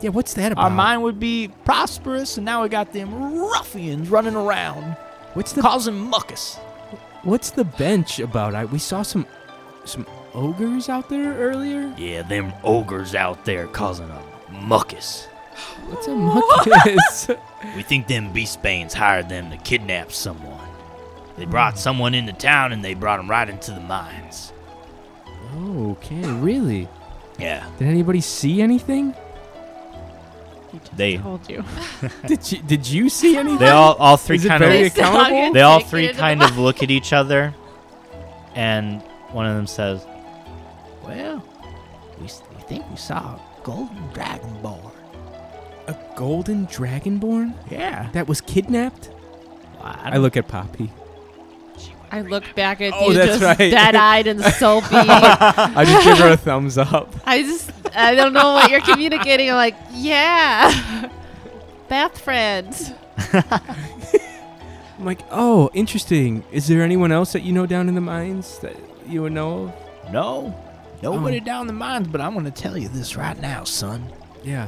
Speaker 2: Yeah, what's that about?
Speaker 5: Our mine would be prosperous, and now we got them ruffians running around,
Speaker 2: What's the
Speaker 5: causing muckus.
Speaker 2: what's the bench about? I we saw some some ogres out there earlier.
Speaker 5: Yeah, them ogres out there causing a muckus.
Speaker 2: What's a (laughs) muckus?
Speaker 5: We think them beast banes hired them to kidnap someone. They brought someone into town and they brought him right into the mines.
Speaker 2: okay, really?
Speaker 5: Yeah,
Speaker 2: Did anybody see (laughs) anything?
Speaker 3: They
Speaker 4: Told you.
Speaker 2: Did you did you see anything?
Speaker 3: they all all three
Speaker 2: Is it
Speaker 3: kind
Speaker 2: very
Speaker 3: of
Speaker 1: They still
Speaker 2: accountable?
Speaker 1: get
Speaker 2: (laughs)
Speaker 3: they all
Speaker 1: taken
Speaker 3: three
Speaker 1: into the
Speaker 3: kind
Speaker 1: bath.
Speaker 3: of look at each other, and one of them says,
Speaker 5: well, we, s- we think we saw a golden dragonborn.
Speaker 2: A golden dragonborn
Speaker 5: Yeah.
Speaker 2: that was kidnapped? I look at Poppy.
Speaker 1: I look back at
Speaker 2: Oh,
Speaker 1: you,
Speaker 2: that's
Speaker 1: just
Speaker 2: right.
Speaker 1: dead-eyed
Speaker 2: (laughs)
Speaker 1: and soapy.
Speaker 2: I just give her a thumbs up.
Speaker 1: I just I don't know what you're communicating. I'm like, yeah. (laughs) Bath friends.
Speaker 2: (laughs) I'm like, oh, interesting. Is there anyone else that you know down in the mines that you would know of?
Speaker 5: no, nobody down the mines, but I'm gonna tell you this right now, son.
Speaker 2: Yeah.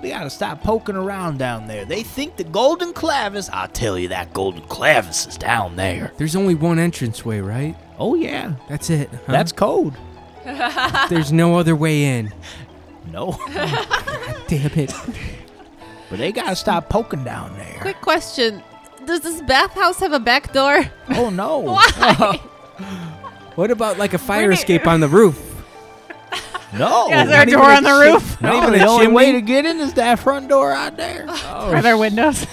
Speaker 5: We gotta stop poking around down there. They think the golden clavis. I tell you, that golden clavis is down there.
Speaker 2: There's only one entranceway, right?
Speaker 5: Oh yeah,
Speaker 2: That's it. huh?
Speaker 5: that's code.
Speaker 2: there's no other way in.
Speaker 5: No, (laughs)
Speaker 2: Damn it.
Speaker 5: but they gotta stop poking down there.
Speaker 1: Quick question. Does this bathhouse have a back door?
Speaker 5: Oh
Speaker 1: (laughs)
Speaker 5: no.
Speaker 1: Why?
Speaker 2: What about like a fire
Speaker 1: We're-
Speaker 2: escape on the roof?
Speaker 5: No.
Speaker 4: Yeah, is there a
Speaker 2: Not even
Speaker 4: door
Speaker 2: a
Speaker 4: on the
Speaker 2: chim-
Speaker 4: roof?
Speaker 2: Not
Speaker 5: No,
Speaker 2: even
Speaker 5: Oh, the
Speaker 2: a
Speaker 5: only
Speaker 2: chimney.
Speaker 5: way to get in is that front door
Speaker 1: (laughs)
Speaker 5: out there.
Speaker 4: Are
Speaker 3: (laughs)
Speaker 4: there windows?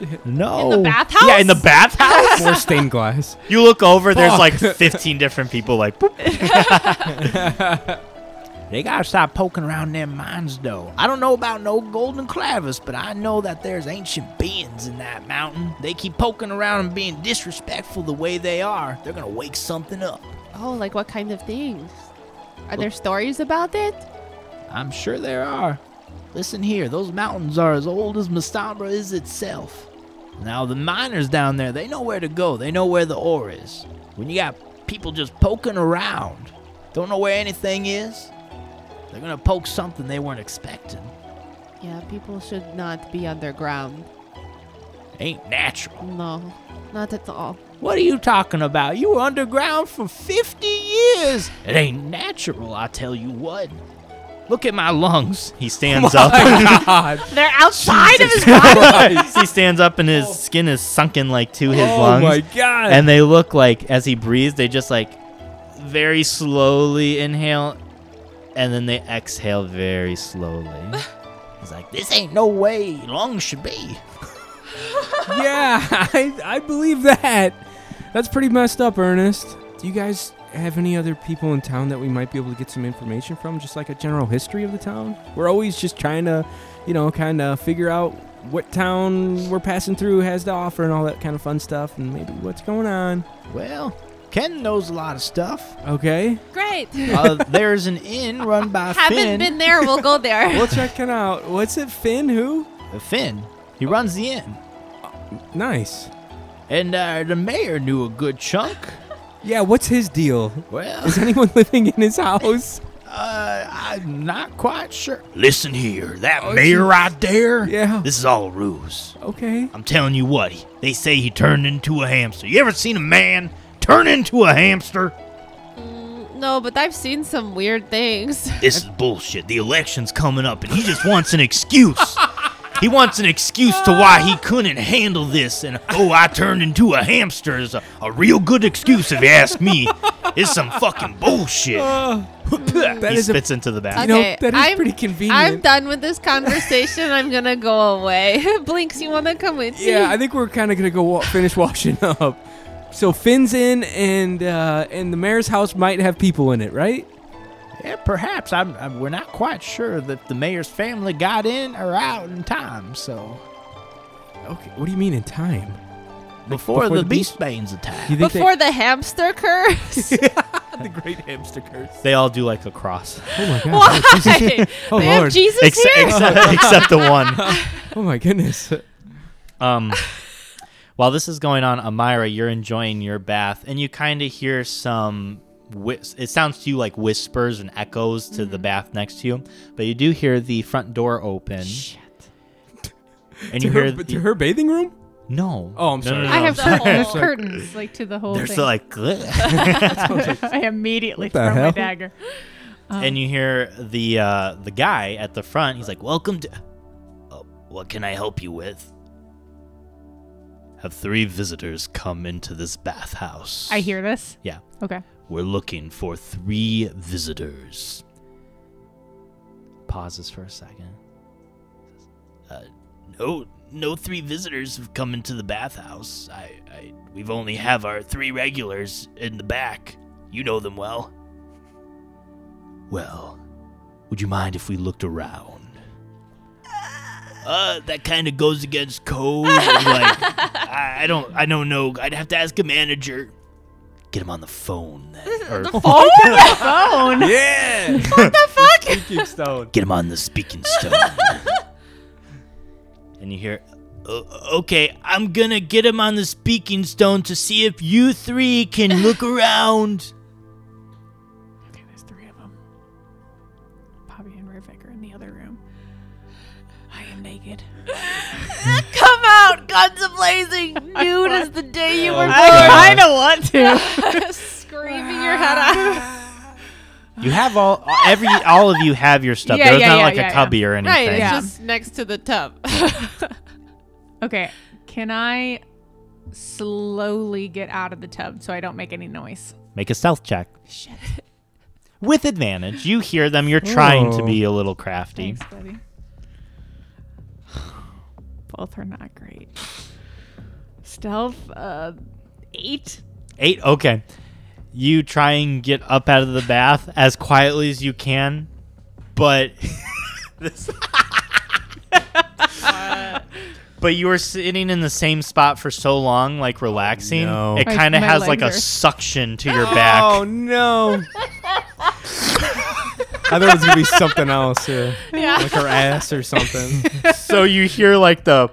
Speaker 5: Oh, No.
Speaker 1: In the bathhouse?
Speaker 3: "Yeah, in the bathhouse."
Speaker 2: Or stained glass.
Speaker 3: you look over. There's
Speaker 2: Fuck.
Speaker 3: like 15 different people. Like, boop.
Speaker 5: They gotta stop poking around them mines, though. I don't know about no golden clavis, but I know that there's ancient beings in that mountain. They keep poking around and being disrespectful the way they are. They're gonna wake something up.
Speaker 1: Oh, like what kind of things? Are there stories about it?
Speaker 5: I'm sure there are. Listen here, those mountains are as old as Mastambra is itself. Now the miners down there, they know where to go. They know where the ore is. When you got people just poking around, don't know where anything is, they're gonna poke something they weren't expecting.
Speaker 1: Yeah, people should not be underground.
Speaker 5: Ain't natural.
Speaker 1: No, not at all.
Speaker 5: What are you talking about? You were underground for 50 years. It ain't natural, I tell you what. Look at my lungs.
Speaker 2: (laughs)
Speaker 3: He stands (laughs) up.
Speaker 2: Oh God.
Speaker 4: They're outside of his
Speaker 3: he stands up and his skin is sunken like to his
Speaker 2: oh
Speaker 3: lungs.
Speaker 2: my god.
Speaker 3: and they look like as he breathes, they just like very slowly inhale and then they exhale very slowly.
Speaker 2: (laughs)
Speaker 5: He's like, this ain't no way lungs should be.
Speaker 2: yeah, (laughs) I, I believe that. That's pretty messed up, Ernest. Do you guys have any other people in town that we might be able to get some information from? Just like a general history of the town? We're always just trying to, you know, kind of figure out what town we're passing through has to offer and all that kind of fun stuff and maybe what's going on.
Speaker 5: Well, Ken knows a lot of stuff.
Speaker 2: Okay?
Speaker 1: Great.
Speaker 5: Uh, (laughs) there's an inn run
Speaker 1: (laughs)
Speaker 5: by
Speaker 1: Haven't
Speaker 5: Finn.
Speaker 1: been there. We'll (laughs) go there.
Speaker 2: We'll check it out. What's it, Finn? Who?
Speaker 5: Uh, Finn, he runs the inn.
Speaker 2: Nice.
Speaker 5: And uh, the mayor knew a good chunk.
Speaker 2: Yeah, what's his deal?
Speaker 5: Well, (laughs)
Speaker 2: Is anyone living in his house?
Speaker 5: uh, I'm not quite sure. Listen here, that mayor right there.
Speaker 2: Yeah.
Speaker 5: This is all a ruse.
Speaker 2: Okay.
Speaker 5: I'm telling you what. he- They say he turned into a hamster. You ever seen a man turn into a hamster?
Speaker 1: Mm, no, but I've seen some weird things.
Speaker 5: This is bullshit. The election's coming up, and he just wants an excuse. He wants an excuse to why he couldn't handle this, and oh, I turned into a hamster is a, a real good excuse, if you ask me. It's some fucking bullshit.
Speaker 2: Oh, that
Speaker 3: he
Speaker 2: is a
Speaker 3: spits into the back.
Speaker 2: You know,
Speaker 1: Okay,
Speaker 2: that is
Speaker 1: I'm-
Speaker 2: pretty convenient.
Speaker 1: I'm done with this conversation. I'm gonna go away. (laughs) Blinks, you wanna come with me?
Speaker 2: Yeah, I think we're kind of gonna go wa- finish washing (laughs) up. So Finn's in, and uh, and the mayor's house might have people in it, right?
Speaker 5: Yeah, perhaps. I'm, I'm, we're not quite sure that the mayor's family got in or out in time, so.
Speaker 2: Okay. What do you mean in time?
Speaker 5: Before,
Speaker 2: before
Speaker 5: the,
Speaker 2: the
Speaker 5: Beast Bane's attack.
Speaker 2: You think they-
Speaker 1: Before the hamster curse.
Speaker 2: the great hamster curse?
Speaker 3: They all do like a cross.
Speaker 2: Oh my god!
Speaker 3: (laughs)
Speaker 1: Why?
Speaker 2: Oh,
Speaker 1: they have
Speaker 2: Lord.
Speaker 1: Jesus
Speaker 3: Ex-
Speaker 1: here.
Speaker 3: except, except the one.
Speaker 2: Oh my goodness!
Speaker 3: Um, while this is going on, Amira, you're enjoying your bath, and you kind of hear some. Whis- it sounds to you like whispers and echoes to
Speaker 2: Mm-hmm.
Speaker 3: the bath next to you, but you do hear the front door open. Shit.
Speaker 2: (laughs)
Speaker 3: And
Speaker 2: to,
Speaker 3: you
Speaker 2: her,
Speaker 3: hear
Speaker 2: to her bathing room?
Speaker 3: no.
Speaker 2: (laughs) Oh, I'm
Speaker 3: No,
Speaker 2: sorry.
Speaker 3: (laughs) no, no,
Speaker 4: I have
Speaker 1: The
Speaker 4: some
Speaker 1: whole-
Speaker 4: curtains, like to the whole
Speaker 3: They're
Speaker 4: thing. (laughs)
Speaker 3: so like,
Speaker 4: I immediately
Speaker 2: What the
Speaker 4: throw my
Speaker 2: hell?
Speaker 4: dagger.
Speaker 3: and you hear the uh, the guy at the front. He's like, "Welcome to. Oh, what can I help you with? Have three visitors come into this bathhouse.
Speaker 4: I hear this.
Speaker 3: Yeah.
Speaker 4: Okay.
Speaker 3: We're looking for three visitors. Pauses for a second.
Speaker 5: Uh, no, no three visitors have come into the bathhouse. I, I, we've only have our three regulars in the back. You know them well.
Speaker 3: Well, would you mind if we looked around?
Speaker 5: Uh, that kind of goes against code. and, like, I, I don't, I don't know. I'd have to ask a manager.
Speaker 3: Get him on the phone then. Or
Speaker 4: Phone.
Speaker 2: Yeah.
Speaker 3: speaking stone. Get him on the speaking stone. and you hear
Speaker 5: O- okay, I'm gonna get him on the speaking stone to see if you three (laughs) can look around.
Speaker 4: Okay, there's three of them. Bobby and Rivik are in the other room. I am naked.
Speaker 1: Come out, guns a (laughs) blazing, nude as the day you were
Speaker 4: I kind of want to.
Speaker 1: born. (laughs)
Speaker 4: (laughs)
Speaker 1: Screaming your head out.
Speaker 3: you have all every all of you have your stuff.
Speaker 4: Yeah,
Speaker 3: There's
Speaker 4: yeah,
Speaker 3: not
Speaker 4: yeah,
Speaker 3: like
Speaker 4: yeah,
Speaker 3: a cubby or anything.
Speaker 1: Right, it's
Speaker 4: Yeah.
Speaker 1: just next to the tub.
Speaker 4: (laughs)
Speaker 1: (laughs)
Speaker 4: okay, can I slowly get out of the tub so I don't make any noise?
Speaker 3: Make a stealth check. Shit. With advantage, you hear them. You're trying to
Speaker 2: Oh.
Speaker 3: be a little crafty.
Speaker 4: Thanks, buddy. (sighs) Both are not great. Stealth, uh, eight.
Speaker 3: Eight. Okay. You try and get up out of the bath as quietly as you can, but (laughs) this. (laughs) But you were sitting in the same spot for so long, like relaxing.
Speaker 2: no.
Speaker 3: It
Speaker 4: My-
Speaker 3: kind of
Speaker 4: my
Speaker 3: has
Speaker 4: legs
Speaker 3: like a
Speaker 4: are-
Speaker 3: suction to
Speaker 4: (laughs)
Speaker 3: your back.
Speaker 2: Oh no! (laughs) I thought it was gonna be something else, yeah.
Speaker 1: yeah.
Speaker 2: like her ass or something. (laughs)
Speaker 3: So you hear like the,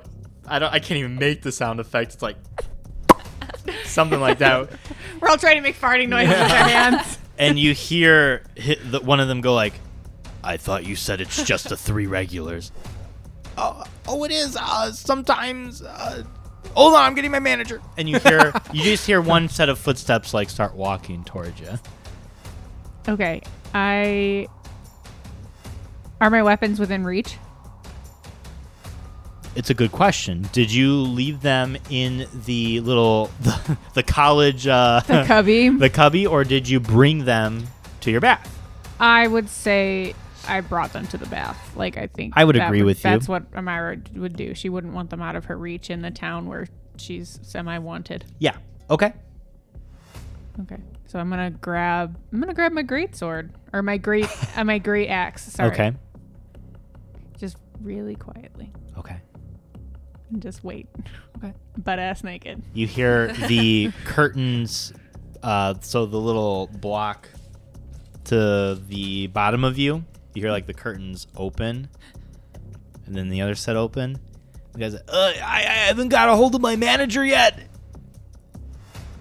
Speaker 3: I don't, I can't even make the sound effect. (laughs) It's like something like that.
Speaker 4: We're all trying to make farting noises (laughs) with our hands.
Speaker 3: and you hear hi the, one of them go like, "I thought you said it's just the three regulars."
Speaker 5: Oh, oh, it is. Uh, sometimes. Uh, hold on, I'm getting my manager.
Speaker 3: And you hear you just hear one set of footsteps like start walking towards you.
Speaker 4: Okay, I Are my weapons
Speaker 3: (laughs)
Speaker 4: within reach?
Speaker 3: It's a good question. Did you leave them in the little the, the college (laughs) uh,
Speaker 4: The cubby.
Speaker 3: the cubby, or did you bring them to your bath?
Speaker 4: I would say I brought them to the bath. Like I think
Speaker 3: I would
Speaker 4: that
Speaker 3: agree with you.
Speaker 4: That's what Amira would do. She wouldn't want them out of her reach in the town where she's semi-wanted.
Speaker 3: Yeah. Okay.
Speaker 4: Okay. So I'm gonna grab. I'm gonna grab my great sword or
Speaker 3: (laughs)
Speaker 4: my great uh, my great axe. Sorry.
Speaker 3: Okay.
Speaker 4: Just really quietly
Speaker 3: Okay.
Speaker 4: and just wait. Okay. Butt ass naked.
Speaker 3: You hear the curtains, uh, so the little block to the bottom of you. You hear like the curtains open, and then the other set open. The guy's like, uh, I, I haven't got a hold of my manager yet.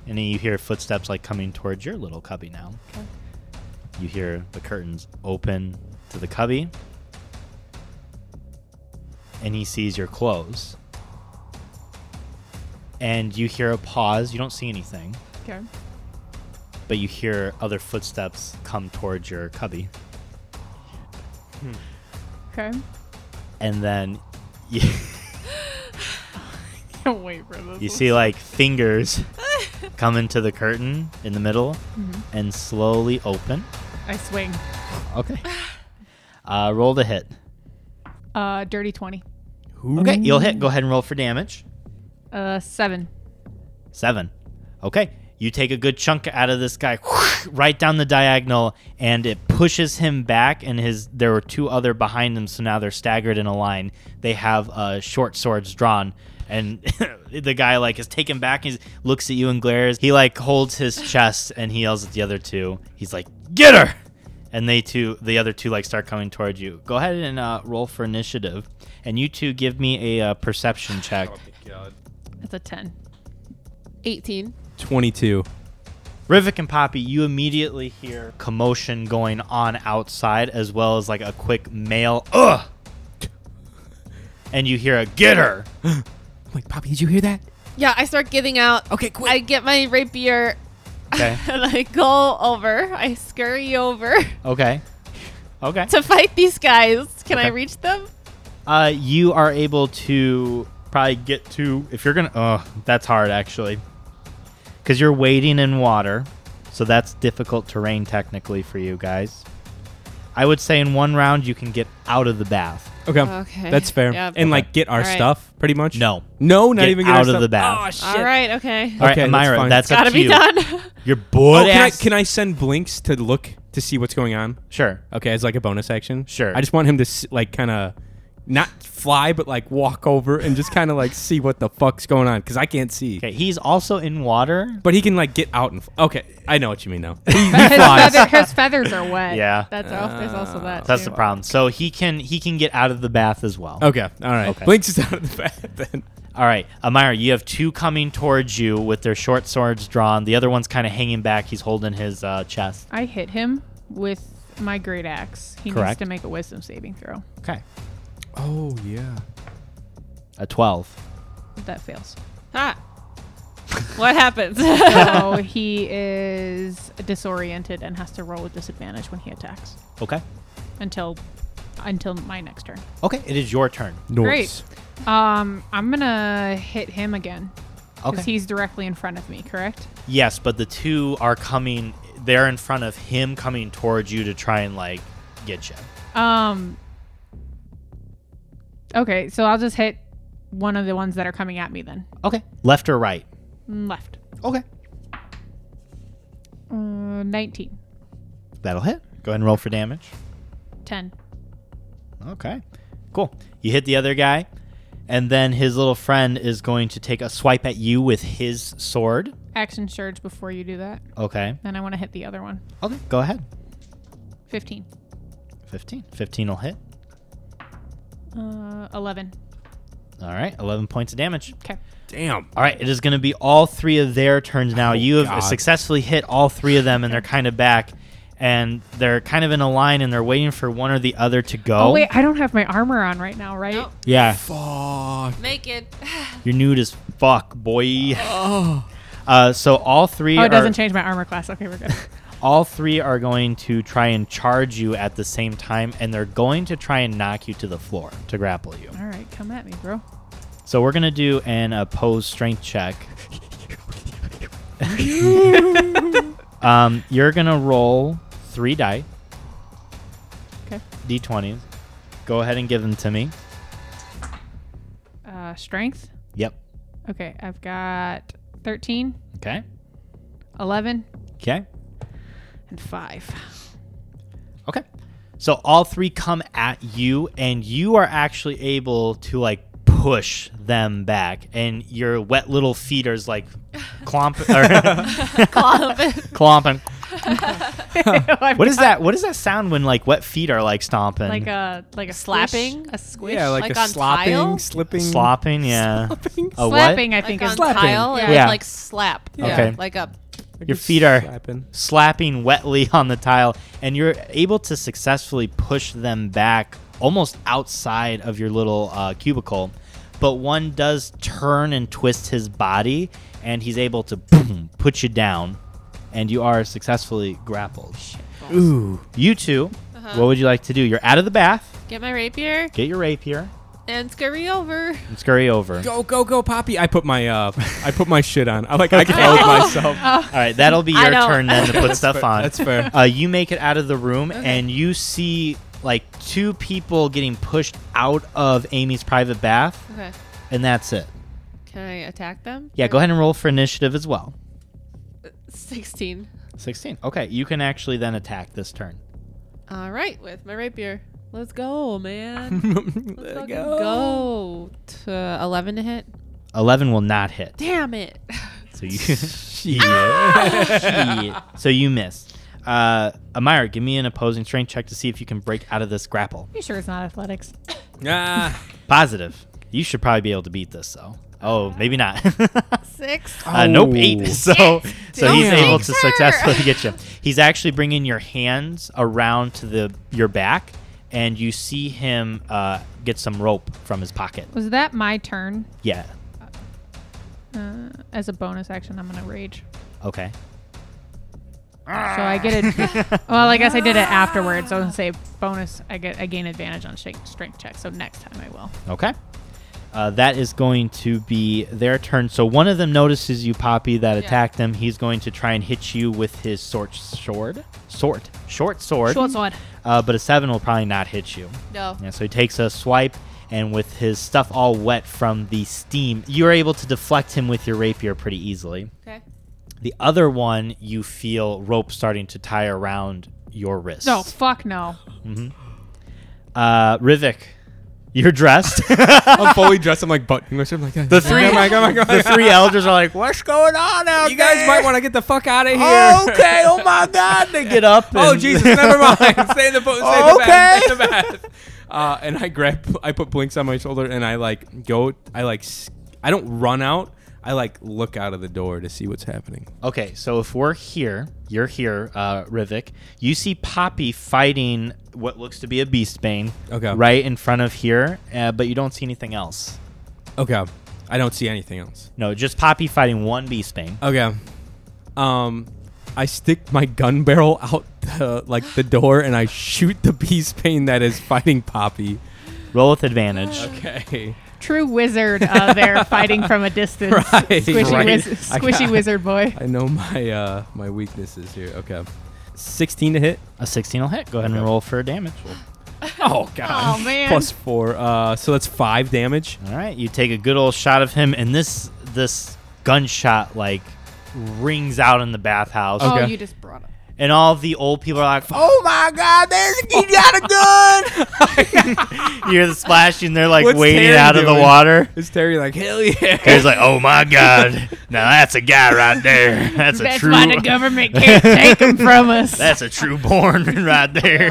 Speaker 3: And then you hear footsteps like coming towards your little cubby now. You hear the curtains open to the cubby, and he sees your clothes and you hear a pause. You don't see anything,
Speaker 4: Okay.
Speaker 3: but you hear other footsteps come towards your cubby,
Speaker 4: Okay. (laughs)
Speaker 3: and then (laughs) you,
Speaker 4: Can't wait for this.
Speaker 3: you see like fingers come into the curtain in the middle and slowly open.
Speaker 4: I swing.
Speaker 3: Okay. (sighs) Uh, roll to hit.
Speaker 4: Uh, dirty twenty.
Speaker 3: Okay, you'll hit. Go ahead and roll for damage.
Speaker 4: Uh, seven.
Speaker 3: Seven. Okay. You take a good chunk out of this guy, (laughs) right down the diagonal, and it pushes him back. And his there were two other behind him, so now they're staggered in a line. They have uh, short swords drawn, and (laughs) the guy like is taken back. He looks at you and glares. He like holds his chest and he yells at the other two. He's like, "Get her!" And they two, the other two, like start coming towards you. Go ahead and uh, roll for initiative, and you two give me a uh, perception check.
Speaker 4: That's a ten.
Speaker 1: 18.
Speaker 2: 22.
Speaker 3: Rivik and Poppy, you immediately hear commotion going on outside, as well as like a quick male, ugh! And you hear a get her!
Speaker 2: I'm like, Poppy, did you hear that?
Speaker 1: Yeah, I start getting out.
Speaker 2: Okay, quick.
Speaker 1: I get my rapier
Speaker 3: Okay.
Speaker 1: (laughs) and I go over. I scurry over
Speaker 3: Okay. Okay.
Speaker 1: to fight these guys. Can I
Speaker 3: Okay.
Speaker 1: reach them?
Speaker 3: Uh, you are able to probably get to, if you're gonna, oh, that's hard actually. Because you're wading in water, so that's difficult terrain technically for you guys. I would say in one round you can get out of the bath.
Speaker 2: Okay.
Speaker 1: Okay.
Speaker 2: That's fair.
Speaker 1: Yep.
Speaker 2: And like get our
Speaker 1: All right.
Speaker 2: stuff, pretty much.
Speaker 3: No.
Speaker 2: No, not
Speaker 3: Get
Speaker 2: even
Speaker 3: out
Speaker 2: our
Speaker 3: of
Speaker 2: stuff?
Speaker 3: the bath.
Speaker 2: Oh, shit.
Speaker 1: All right, okay.
Speaker 3: All right,
Speaker 2: Okay, that's
Speaker 3: Amira,
Speaker 2: fine.
Speaker 3: that's, up
Speaker 1: Gotta
Speaker 3: to
Speaker 1: be
Speaker 3: you.
Speaker 1: done. (laughs)
Speaker 3: Your
Speaker 2: Oh,
Speaker 3: butt
Speaker 2: can I,
Speaker 3: ass.
Speaker 2: can I send blinks to look to see what's going on?
Speaker 3: Sure.
Speaker 2: Okay, as like a bonus action.
Speaker 3: Sure.
Speaker 2: I just want him to s- like kind of not fly, but like walk over and just kind of like see what the fuck's going on because I can't see.
Speaker 3: Okay, he's also in water.
Speaker 2: But he can like get out and. F- okay, I know what you
Speaker 3: (laughs)
Speaker 2: mean now.
Speaker 4: his, feather, (laughs) his feathers are wet.
Speaker 3: Yeah.
Speaker 4: That's all. There's also that.
Speaker 3: That's
Speaker 4: too.
Speaker 3: the problem. So he can he can get out of the bath as well.
Speaker 2: okay, all right.
Speaker 3: Okay.
Speaker 2: Blinks is out of the bath (laughs) then.
Speaker 3: All right, Amira, you have two coming towards you with their short swords drawn. The other one's kind of hanging back. He's holding his uh, chest.
Speaker 4: I hit him with my great axe. He
Speaker 3: Correct.
Speaker 4: needs to make a wisdom saving throw.
Speaker 3: Okay,
Speaker 2: Oh yeah.
Speaker 3: a twelve.
Speaker 4: That fails.
Speaker 1: Ha. What happens? (laughs)
Speaker 4: So he is disoriented and has to roll with disadvantage when he attacks
Speaker 3: Okay,
Speaker 4: until until my next turn.
Speaker 3: okay, it is your turn.
Speaker 2: Noise.
Speaker 4: Great. Um, I'm gonna hit him again because
Speaker 3: Okay.
Speaker 4: he's directly in front of me. Correct.
Speaker 3: Yes, but the two are coming. They're in front of him, coming towards you to try and like get you.
Speaker 4: Um. Okay, so I'll just hit one of the ones that are coming at me then.
Speaker 3: Okay, left or right?
Speaker 4: Mm, Left.
Speaker 3: Okay,
Speaker 4: Uh, 19.
Speaker 3: that'll hit. Go ahead and roll for damage.
Speaker 4: 10.
Speaker 3: Okay. Cool. You hit the other guy, and then his little friend is going to take a swipe at you with his sword.
Speaker 4: Action surge before you do that.
Speaker 3: Okay.
Speaker 4: Then I want to hit the other one.
Speaker 3: Okay. Go ahead.
Speaker 4: 15.
Speaker 3: 15. 15 will hit.
Speaker 4: Uh, 11.
Speaker 3: All right. 11 points of damage.
Speaker 4: Okay.
Speaker 2: Damn.
Speaker 3: All right. It is going to be all three of their turns now. you have
Speaker 2: God.
Speaker 3: successfully hit all three of them, and they're kind of back, and they're kind of in a line, and they're waiting for one or the other to go.
Speaker 4: Oh. wait, I don't have my armor on right now, right?
Speaker 1: Nope.
Speaker 3: Yeah.
Speaker 2: Fuck.
Speaker 1: Naked.
Speaker 3: You're nude as fuck, boy. (laughs) Uh, so all three
Speaker 4: Oh,
Speaker 3: are.
Speaker 4: it doesn't change my armor class. Okay, we're good. (laughs)
Speaker 3: all three are going to try and charge you at the same time, and they're going to try and knock you to the floor to grapple you.
Speaker 4: All right, come at me, bro.
Speaker 3: So we're gonna do an opposed strength
Speaker 4: (laughs)
Speaker 3: check. (laughs) um, you're gonna roll three die.
Speaker 4: 'Kay.
Speaker 3: D20s. Go ahead and give them to me.
Speaker 4: Uh, strength.
Speaker 3: Yep.
Speaker 4: Okay, I've got 13,
Speaker 3: Okay.
Speaker 4: 11,
Speaker 3: Okay.
Speaker 4: and (laughs) 5.
Speaker 3: Okay. So all three come at you, and you are actually able to like push them back, and your wet little feet are
Speaker 4: (laughs)
Speaker 3: like clomp or (laughs)
Speaker 1: (laughs)
Speaker 3: clomping. What is that? What is that sound when like wet feet are like stomping?
Speaker 4: Like um, a like a squish,
Speaker 1: Slapping?
Speaker 4: a squish.
Speaker 2: Yeah, like,
Speaker 1: Like
Speaker 2: a
Speaker 1: on
Speaker 2: slopping,
Speaker 1: tile?
Speaker 2: slipping, (laughs)
Speaker 3: slopping.
Speaker 4: (laughs)
Speaker 3: Yeah.
Speaker 2: slopping.
Speaker 3: A what?
Speaker 4: slapping. I think
Speaker 1: like
Speaker 4: is
Speaker 1: on
Speaker 2: Slapping.
Speaker 1: tile, yeah.
Speaker 3: Yeah.
Speaker 1: it's like slap.
Speaker 2: Yeah.
Speaker 3: Okay.
Speaker 1: Like a
Speaker 3: Your feet are-
Speaker 2: slapping.
Speaker 3: slapping wetly (laughs) on the tile, and you're able to successfully push them back almost outside of your little uh, cubicle. But one does turn and twist his body, and he's able to boom, put you down, and you are successfully grappled.
Speaker 2: Ooh.
Speaker 3: You 2
Speaker 1: Uh-huh.
Speaker 3: what would you like to do? You're out of the bath.
Speaker 1: get my rapier
Speaker 3: Get your rapier
Speaker 1: and scurry over.
Speaker 3: and scurry over.
Speaker 2: Go go go, Poppy! I put my uh, I put my shit on. I like
Speaker 3: (laughs)
Speaker 2: I clothed myself.
Speaker 3: All right, that'll be
Speaker 1: I
Speaker 3: your
Speaker 1: don't-
Speaker 3: turn then
Speaker 1: (laughs)
Speaker 3: to put stuff on.
Speaker 2: That's
Speaker 3: (laughs)
Speaker 2: fair.
Speaker 3: uh, you make it out of the room and you see like two people getting pushed out of Amy's private bath,
Speaker 1: Okay.
Speaker 3: and that's it.
Speaker 1: Can I attack them?
Speaker 3: Yeah, go ahead and roll for initiative as well.
Speaker 1: 16.
Speaker 3: 16. Okay, you can actually then attack this turn.
Speaker 1: All right, with my rapier. Let's go, man. Let's
Speaker 2: Let
Speaker 1: fucking go. To 11 to hit.
Speaker 3: 11 will not hit.
Speaker 1: Damn it.
Speaker 3: So (laughs) you
Speaker 2: Shit.
Speaker 3: so you miss. Uh, Amira, give me an opposing strength check to see if you can break out of this grapple.
Speaker 4: You sure it's not athletics?
Speaker 2: Ah,
Speaker 3: Positive. You should probably be able to beat this though. Oh, maybe not. (laughs)
Speaker 1: Six.
Speaker 3: Uh, nope, eight.
Speaker 2: Oh.
Speaker 3: (laughs) So, so he's
Speaker 2: Don't
Speaker 3: able
Speaker 1: jinx
Speaker 3: to
Speaker 1: her.
Speaker 3: successfully get you. He's actually bringing your hands around to the your back, and you see him uh, get some rope from his pocket.
Speaker 4: Was that my turn?
Speaker 3: Yeah.
Speaker 4: Uh, as a bonus action, I'm gonna rage.
Speaker 3: Okay.
Speaker 4: So I
Speaker 2: (laughs)
Speaker 4: get it. well, I guess I did it afterwards. So I was gonna say bonus. I get I gain advantage on shake, strength check. So next time I will.
Speaker 3: Okay. Uh, that is going to be their turn. So one of them notices you, Poppy, that
Speaker 1: Yeah.
Speaker 3: attacked him. He's going to try and hit you with his short sword. Sword. Short sword.
Speaker 4: Short sword.
Speaker 3: Uh, but a seven will probably not hit you.
Speaker 1: No.
Speaker 3: Yeah, so he takes a swipe, and with his stuff all wet from the steam, you're able to deflect him with your rapier pretty easily.
Speaker 1: Okay.
Speaker 3: The other one, you feel rope starting to tie around your wrist.
Speaker 4: No, fuck no.
Speaker 3: Uh, Rivik, you're dressed. (laughs)
Speaker 2: I'm fully dressed. I'm like buttoning myself. I'm like the
Speaker 3: three-
Speaker 2: Oh my god!
Speaker 3: (laughs)
Speaker 2: Oh my
Speaker 3: the
Speaker 2: god!
Speaker 3: three elders are like, what's going on out
Speaker 2: You guys
Speaker 3: there?"
Speaker 2: might want to get the fuck out of here.
Speaker 3: okay, oh my God. They get up.
Speaker 2: (laughs) Oh
Speaker 3: and-
Speaker 2: Jesus! Never mind. (laughs)
Speaker 3: (laughs)
Speaker 2: Stay in the boat. Stay in the bath. Stay in the bath. Uh, and I grab. I put blinks on my shoulder, and I like go. I like. s- I don't run out. I like look out of the door to see what's happening.
Speaker 3: Okay, so if we're here, you're here, uh, Rivik. You see Poppy fighting what looks to be a beast bane,
Speaker 2: Okay.
Speaker 3: right in front of here, uh, but you don't see anything else.
Speaker 2: Okay. I don't see anything else.
Speaker 3: No, just Poppy fighting one beast bane.
Speaker 2: Okay. Um, I stick my gun (laughs) barrel out the like the door, and I shoot the beast pain that is fighting Poppy.
Speaker 3: Roll with advantage.
Speaker 2: Okay.
Speaker 4: True wizard uh, there fighting from a distance.
Speaker 2: (laughs) Right,
Speaker 4: (laughs) Squishy,
Speaker 2: right.
Speaker 4: wiz-
Speaker 2: I
Speaker 4: squishy
Speaker 2: got-
Speaker 4: wizard boy.
Speaker 2: I know my uh my weaknesses here. Okay. 16 to hit.
Speaker 3: A 16 will hit. Go ahead and
Speaker 2: Okay.
Speaker 3: roll for damage.
Speaker 2: Oh god.
Speaker 4: Oh, man.
Speaker 2: Plus 4. Uh so that's 5 damage.
Speaker 3: All right, you take a good old shot of him, and this this gunshot like rings out in the bathhouse,
Speaker 2: Okay.
Speaker 4: Oh, you just brought up.
Speaker 3: and all the old people are like,
Speaker 5: Oh my God! There's
Speaker 2: (laughs)
Speaker 5: he got a gun.
Speaker 3: you hear the splashing, they're like
Speaker 2: What's
Speaker 3: wading
Speaker 2: Terry
Speaker 3: out of the
Speaker 2: doing?
Speaker 3: water.
Speaker 2: (laughs) (laughs) Is Terry like, "Hell yeah." (laughs)
Speaker 3: He's like, oh my god, now that's a guy right there.
Speaker 2: (laughs)
Speaker 3: That's a
Speaker 4: That's
Speaker 3: true.
Speaker 4: why the government can't take him from
Speaker 3: (laughs)
Speaker 4: us.
Speaker 3: That's a true born (laughs) right there.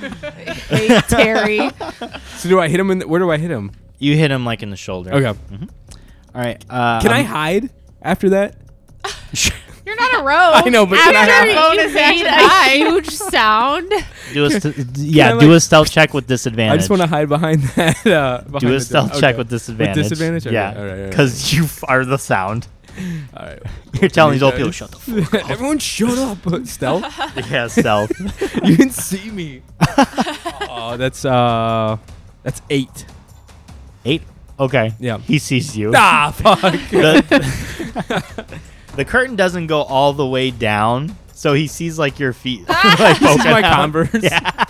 Speaker 2: (laughs)
Speaker 4: Hey, (laughs) Terry.
Speaker 2: So do I hit him in the, where do I hit him?
Speaker 3: You hit him like in the shoulder.
Speaker 2: Okay.
Speaker 4: Mm-hmm.
Speaker 3: All right. Uh,
Speaker 2: Can I
Speaker 3: I'm-
Speaker 4: Um,
Speaker 2: hide after
Speaker 5: (laughs)
Speaker 2: that? (laughs)
Speaker 4: You're not a rogue.
Speaker 2: I know, but can I
Speaker 4: After
Speaker 2: hide?
Speaker 4: you
Speaker 1: Bonus
Speaker 4: made
Speaker 1: made
Speaker 4: (laughs)
Speaker 1: a huge sound.
Speaker 2: (laughs)
Speaker 3: do a st- yeah?
Speaker 2: I,
Speaker 3: do
Speaker 2: like-
Speaker 3: a stealth check with disadvantage.
Speaker 2: I just (laughs) want to hide behind that. Uh, behind
Speaker 3: do
Speaker 2: the
Speaker 3: a stealth
Speaker 2: door.
Speaker 3: check
Speaker 2: Okay.
Speaker 3: with disadvantage.
Speaker 2: disadvantage? Okay,
Speaker 3: Yeah,
Speaker 2: all right, all right, all right.
Speaker 3: because you f- are the sound.
Speaker 2: All right.
Speaker 3: You're telling these old
Speaker 2: (laughs)
Speaker 3: people, shut the fuck
Speaker 2: Everyone shut up. (laughs) Stealth,
Speaker 3: up. Yeah, stealth.
Speaker 2: you can see
Speaker 3: (laughs)
Speaker 2: me. oh, that's uh that's 8.
Speaker 3: Eight. Okay.
Speaker 2: Yeah. (laughs)
Speaker 3: He sees you.
Speaker 2: Ah,
Speaker 3: (laughs)
Speaker 2: fuck.
Speaker 3: the,
Speaker 2: (laughs)
Speaker 3: the curtain doesn't go all the way down, so he sees like
Speaker 2: (laughs)
Speaker 3: your feet. (laughs) like,
Speaker 2: This is
Speaker 3: poking
Speaker 2: my
Speaker 3: out.
Speaker 2: Converse.
Speaker 3: Yeah.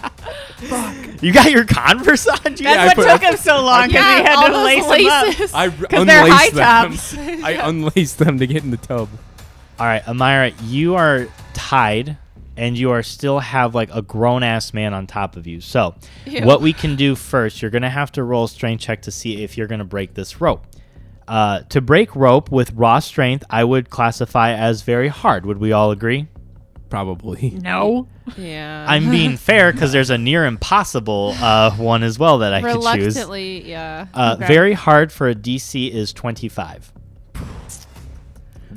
Speaker 3: You got your Converse on? You
Speaker 2: Yeah, I
Speaker 4: That's
Speaker 2: put-
Speaker 4: what took him so long because
Speaker 1: yeah,
Speaker 4: he had
Speaker 1: all
Speaker 4: to
Speaker 1: those
Speaker 4: lace them up.
Speaker 1: laces.
Speaker 2: (laughs) I r-
Speaker 4: 'Cause they're
Speaker 2: unlaced
Speaker 4: high
Speaker 2: them.
Speaker 4: tops.
Speaker 2: (laughs)
Speaker 4: (laughs)
Speaker 2: I unlaced them to get in the tub.
Speaker 3: All right, Amira, you are tied and you are still have like a grown ass man on top of you. So,
Speaker 1: Ew.
Speaker 3: what we can do first, you're going to have to roll a strength check to see if you're going to break this rope. Uh, to break rope with raw strength, I would classify as very hard. Would we all agree? (laughs)
Speaker 2: Probably.
Speaker 4: No.
Speaker 1: yeah.
Speaker 4: (laughs)
Speaker 3: I'm being fair because there's a near impossible uh, one as well that I could choose.
Speaker 1: reluctantly. Yeah.
Speaker 3: Uh,
Speaker 4: Okay.
Speaker 3: Very hard for a DC is 25.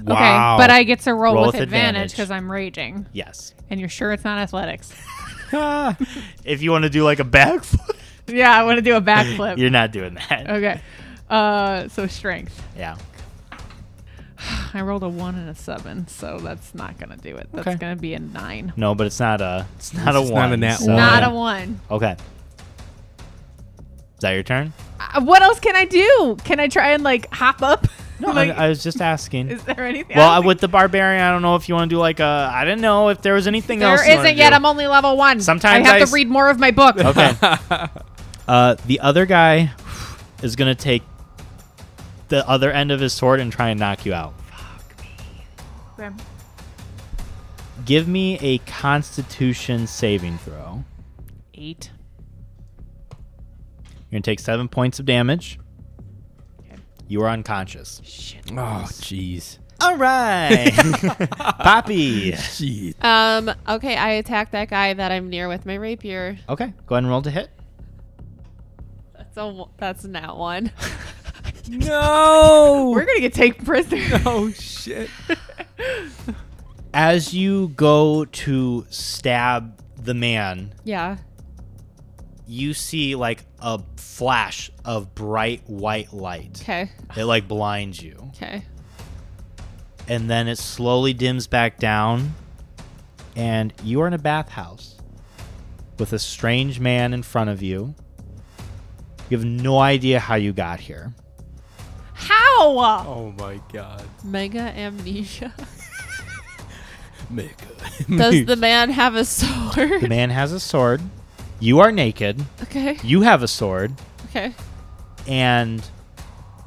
Speaker 2: Wow.
Speaker 4: Okay, but I get to roll,
Speaker 3: Roll
Speaker 4: with
Speaker 3: with
Speaker 4: advantage
Speaker 3: advantage.
Speaker 4: because I'm raging,
Speaker 3: Yes.
Speaker 4: and you're sure it's not
Speaker 1: (laughs)
Speaker 4: athletics.
Speaker 3: if you want to do like a backflip,
Speaker 4: yeah, I want to do a backflip.
Speaker 3: you're not doing that.
Speaker 4: (laughs) okay, uh, so strength.
Speaker 3: Yeah.
Speaker 4: (sighs) I rolled a one and a seven, so that's not gonna do it. That's
Speaker 3: Okay.
Speaker 4: gonna be a nine.
Speaker 3: No, but it's not a. It's not
Speaker 2: It's
Speaker 3: a
Speaker 2: not
Speaker 3: one.
Speaker 2: a nat
Speaker 3: so-
Speaker 4: not
Speaker 2: yeah.
Speaker 4: a one.
Speaker 3: Okay. Is that your turn?
Speaker 4: Uh, what else can I do? Can I try and like hop up? (laughs)
Speaker 3: No,
Speaker 4: like,
Speaker 3: I, I was just asking.
Speaker 4: is there anything?
Speaker 3: well,
Speaker 4: I
Speaker 3: I,
Speaker 4: don't
Speaker 3: with the barbarian, I don't know if you want to do like a. I didn't know if there was anything
Speaker 4: think- There
Speaker 3: else. you wanna
Speaker 4: isn't yet.
Speaker 3: do.
Speaker 4: I'm only level one.
Speaker 3: Sometimes
Speaker 4: I have
Speaker 3: I
Speaker 4: to
Speaker 3: s- Oh.
Speaker 4: read more of my book.
Speaker 3: (laughs) Okay. uh, the other guy is gonna take the other end of his sword and try and knock you out.
Speaker 4: Okay.
Speaker 3: Give me a Constitution saving throw.
Speaker 4: Eight.
Speaker 3: You're gonna take seven points of damage.
Speaker 4: Okay.
Speaker 3: You are unconscious.
Speaker 4: Shit.
Speaker 2: Oh, jeez.
Speaker 3: All right, (laughs) Poppy.
Speaker 2: Jeez.
Speaker 1: Um. Okay. I attack that guy that I'm near with my rapier.
Speaker 3: Okay, go ahead and roll to hit.
Speaker 1: That's a. wo- That's not one.
Speaker 4: (laughs) We're
Speaker 2: No.
Speaker 4: gonna get taken prisoner.
Speaker 2: Oh shit.
Speaker 3: As you go to stab the man,
Speaker 1: yeah.
Speaker 3: you see like a flash of bright white light.
Speaker 1: Okay.
Speaker 3: It like blinds you.
Speaker 1: Okay.
Speaker 3: and then it slowly dims back down and you are in a bathhouse with a strange man in front of you you have no idea how you got here
Speaker 4: How?
Speaker 2: Oh my god.
Speaker 1: Mega amnesia.
Speaker 2: Mega.
Speaker 3: (laughs)
Speaker 1: Does the man have a
Speaker 3: the
Speaker 1: sword?
Speaker 3: man has a sword you are naked
Speaker 1: okay.
Speaker 3: you have a sword
Speaker 1: Okay.
Speaker 3: and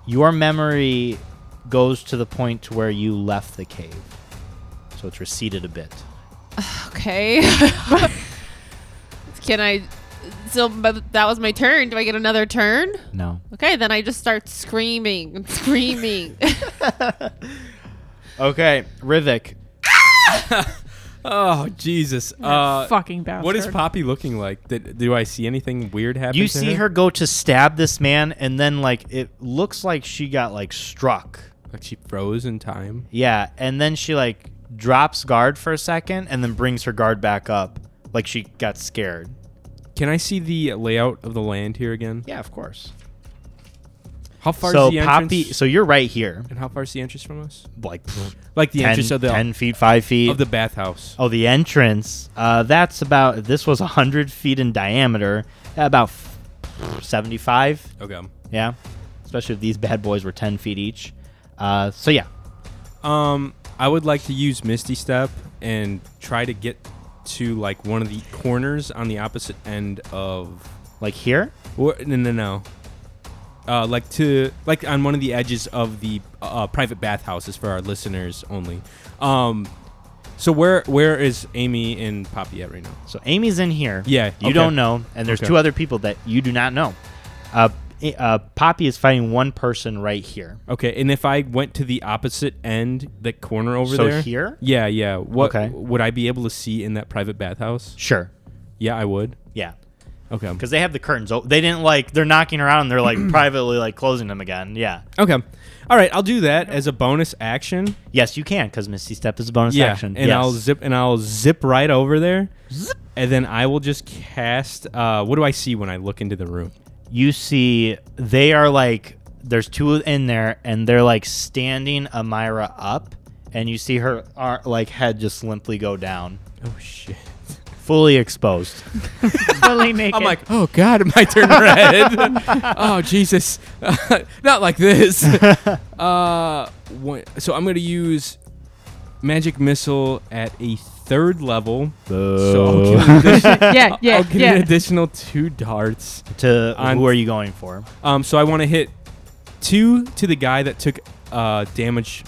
Speaker 3: your memory goes to the point to where you left the cave so it's receded a bit
Speaker 1: Okay. (laughs) Can I? So, but that was my turn. Do I get another turn?
Speaker 3: no
Speaker 1: Okay, then I just start screaming, and screaming. (laughs)
Speaker 3: okay rivik
Speaker 2: Oh Jesus. Uh,
Speaker 4: fucking bastard.
Speaker 2: what is Poppy looking like? Did, do I see anything weird happen?
Speaker 3: You
Speaker 2: to
Speaker 3: see her go to stab this man, and then like it looks like she got like struck.
Speaker 2: Like she froze in time.
Speaker 3: Yeah, and then she like drops guard for a second, and then brings her guard back up, like she got scared.
Speaker 2: Can I see the layout of the land here again?
Speaker 3: Yeah, of course.
Speaker 2: How far
Speaker 3: so
Speaker 2: is the entrance?
Speaker 3: Poppy, so you're right here,
Speaker 2: and how far is the entrance from us?
Speaker 3: like
Speaker 2: Like the
Speaker 3: 10,
Speaker 2: entrance of the
Speaker 3: 10 feet, five feet.
Speaker 2: of the bathhouse.
Speaker 3: oh, the entrance. Uh, that's about. This was hundred feet in diameter, about seventy-five.
Speaker 2: Okay.
Speaker 3: Oh. Yeah, especially if these bad boys were ten feet each. Uh, so yeah,
Speaker 2: Um, I would like to use Misty Step and try to get to like one of the corners on the opposite end of.
Speaker 3: like here.
Speaker 2: Wha- no, no, no. Uh, like to like on one of the edges of the uh, private bathhouses for our listeners only. Um, so where where is Amy and Poppy at right now?
Speaker 3: So Amy's in here.
Speaker 2: Yeah,
Speaker 3: You
Speaker 2: okay.
Speaker 3: don't know. And there's
Speaker 2: Okay.
Speaker 3: two other people that you do not know. Uh, I- uh, Poppy is fighting one person right here.
Speaker 2: Okay, and if I went to the opposite end, the corner over
Speaker 3: So
Speaker 2: there.
Speaker 3: here?
Speaker 2: Yeah, yeah. What
Speaker 3: Okay.
Speaker 2: would I be able to see in that private bathhouse?
Speaker 3: Sure.
Speaker 2: Yeah, I would.
Speaker 3: Yeah.
Speaker 2: Okay.
Speaker 3: Because they have the curtains. Oh, they didn't like, they're knocking around and they're like
Speaker 2: (clears throat)
Speaker 3: privately like closing them again. Yeah.
Speaker 2: Okay. All right, I'll do that as a bonus action.
Speaker 3: Yes, you can because Misty Step is a bonus
Speaker 2: yeah,
Speaker 3: action.
Speaker 2: and
Speaker 3: Yes.
Speaker 2: I'll zip and I'll zip right over there, and then I will just cast. Uh, what do I see when I look into the room?
Speaker 3: You see, they are like, there's two in there, and they're like standing Amira up, and you see her ar- like head just limply go down,
Speaker 2: Oh shit.
Speaker 3: fully exposed.
Speaker 4: fully
Speaker 2: (laughs)
Speaker 4: naked.
Speaker 2: I'm like, oh god, (laughs) am I turning red? (laughs) oh Jesus, (laughs) not like this. uh, one, so I'm gonna use magic missile at a third level. So I'll get an addition-
Speaker 4: yeah, (laughs) yeah,
Speaker 2: I'll get an
Speaker 4: yeah.
Speaker 2: additional two darts.
Speaker 3: to
Speaker 2: On-
Speaker 3: who are you going for?
Speaker 2: Um, so I want to hit two to the guy that took uh damage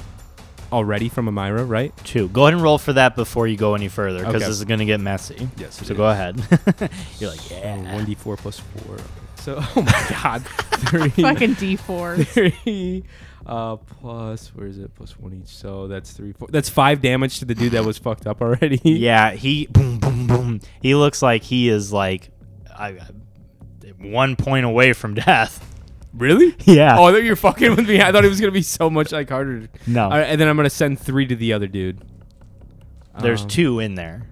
Speaker 2: already from Amira, right?
Speaker 3: Two. Go ahead and roll for that before you go any further, because
Speaker 2: Okay.
Speaker 3: this is gonna get messy.
Speaker 2: Yes, it
Speaker 3: So
Speaker 2: is. (laughs)
Speaker 3: go ahead. You're like, yeah.
Speaker 2: One d four plus four. So (laughs) oh my
Speaker 3: (laughs)
Speaker 2: god, three.
Speaker 4: fucking
Speaker 2: (laughs)
Speaker 4: D4.
Speaker 2: three uh, plus where is it plus one each so that's three four that's five damage to the dude that
Speaker 3: (laughs)
Speaker 2: was fucked up already
Speaker 3: Yeah, he boom boom boom. He looks like he is like I, I- one point away from (laughs) death.
Speaker 2: really
Speaker 3: Yeah.
Speaker 2: oh I thought you were fucking with me I thought it was gonna be so much like harder
Speaker 3: No.
Speaker 2: All right, and then I'm gonna send three to the other dude
Speaker 3: There's
Speaker 2: Um,
Speaker 3: two in there.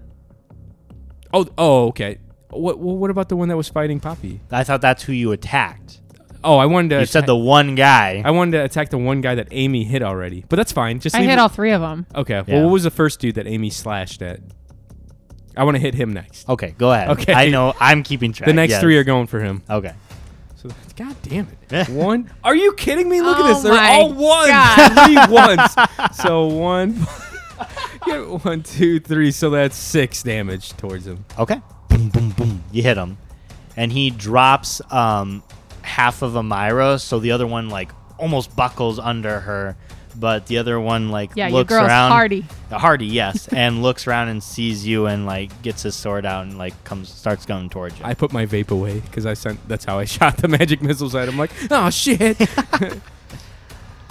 Speaker 2: oh oh okay what well, what about the one that was fighting Poppy
Speaker 3: I thought that's who you attacked.
Speaker 2: oh I wanted to
Speaker 3: You said
Speaker 2: atta-
Speaker 3: the one guy.
Speaker 2: I wanted to attack the one guy that Amy hit already but that's fine just
Speaker 4: I
Speaker 2: leave
Speaker 4: hit
Speaker 2: it-
Speaker 4: all three of them.
Speaker 2: okay
Speaker 3: Yeah.
Speaker 2: well what was the first dude that Amy slashed at I want to hit him next
Speaker 3: okay, go ahead.
Speaker 2: Okay.
Speaker 3: I know. I'm keeping track.
Speaker 2: the next
Speaker 3: yes. Uh,
Speaker 2: three are going for him
Speaker 3: Okay.
Speaker 2: So that's, god damn it. (laughs) one. Are you kidding me? Look at this.
Speaker 4: Oh
Speaker 2: They're
Speaker 4: my
Speaker 2: all ones. (laughs)
Speaker 4: (laughs)
Speaker 2: three ones. So one. (laughs) Yeah, one, two, three. So that's six damage towards him.
Speaker 3: Okay. Boom boom boom. You hit him, and he drops um half of Amira, so the other one like almost buckles under her, but the other one like
Speaker 4: Yeah, your
Speaker 3: looks
Speaker 4: girl's
Speaker 3: around.
Speaker 4: hardy.
Speaker 3: Uh, Hardy,
Speaker 4: (laughs)
Speaker 3: yes, and looks around and sees you and like gets his sword out and like comes starts going towards you.
Speaker 2: I put my vape away because I sent. That's how I (laughs) shot the magic missiles at him. Like, oh
Speaker 3: (laughs)
Speaker 2: shit.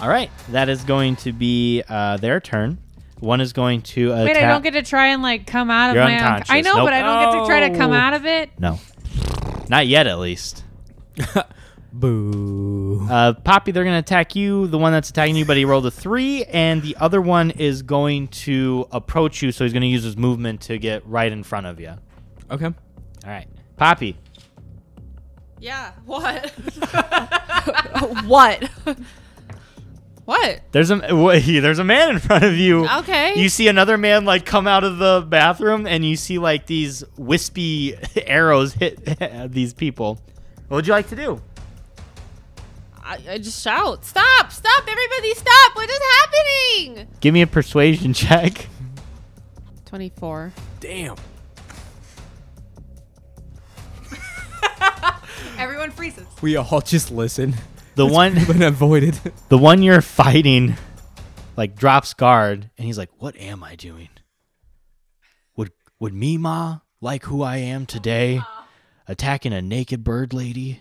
Speaker 3: All right, that is going to be uh, their turn. One is going to attack.
Speaker 4: Wait, I don't get to try and like come out of
Speaker 3: You're
Speaker 4: my. unc-
Speaker 3: unconscious.
Speaker 4: I know,
Speaker 3: Nope.
Speaker 4: but I don't get to try to come
Speaker 2: Oh.
Speaker 4: out of it.
Speaker 3: no, not yet at least.
Speaker 2: Boo.
Speaker 3: Uh, Poppy, they're going to attack you. The one that's attacking you, but he rolled a three, and the other one is going to approach you. So he's going to use his movement to get right in front of you. All
Speaker 2: Okay.
Speaker 3: right, Poppy,
Speaker 1: Yeah. What? what? what?
Speaker 3: there's a (laughs) wait, there's a man in front of you.
Speaker 1: Okay.
Speaker 3: You see another man like come out of the bathroom, and you see like these wispy (laughs) arrows hit (laughs) these people. What would you like to do?
Speaker 1: I, I just shout. Stop! Stop! Everybody, stop! What is happening?
Speaker 3: Give me a persuasion (laughs) check.
Speaker 1: Twenty-four.
Speaker 2: Damn.
Speaker 1: Everyone freezes.
Speaker 2: We all just (laughs) listen.
Speaker 3: The one,
Speaker 2: (laughs) Been avoided.
Speaker 3: the one you're fighting, like drops guard, and he's like, "What am I doing? Would would me ma like who I am today, attacking a naked bird lady?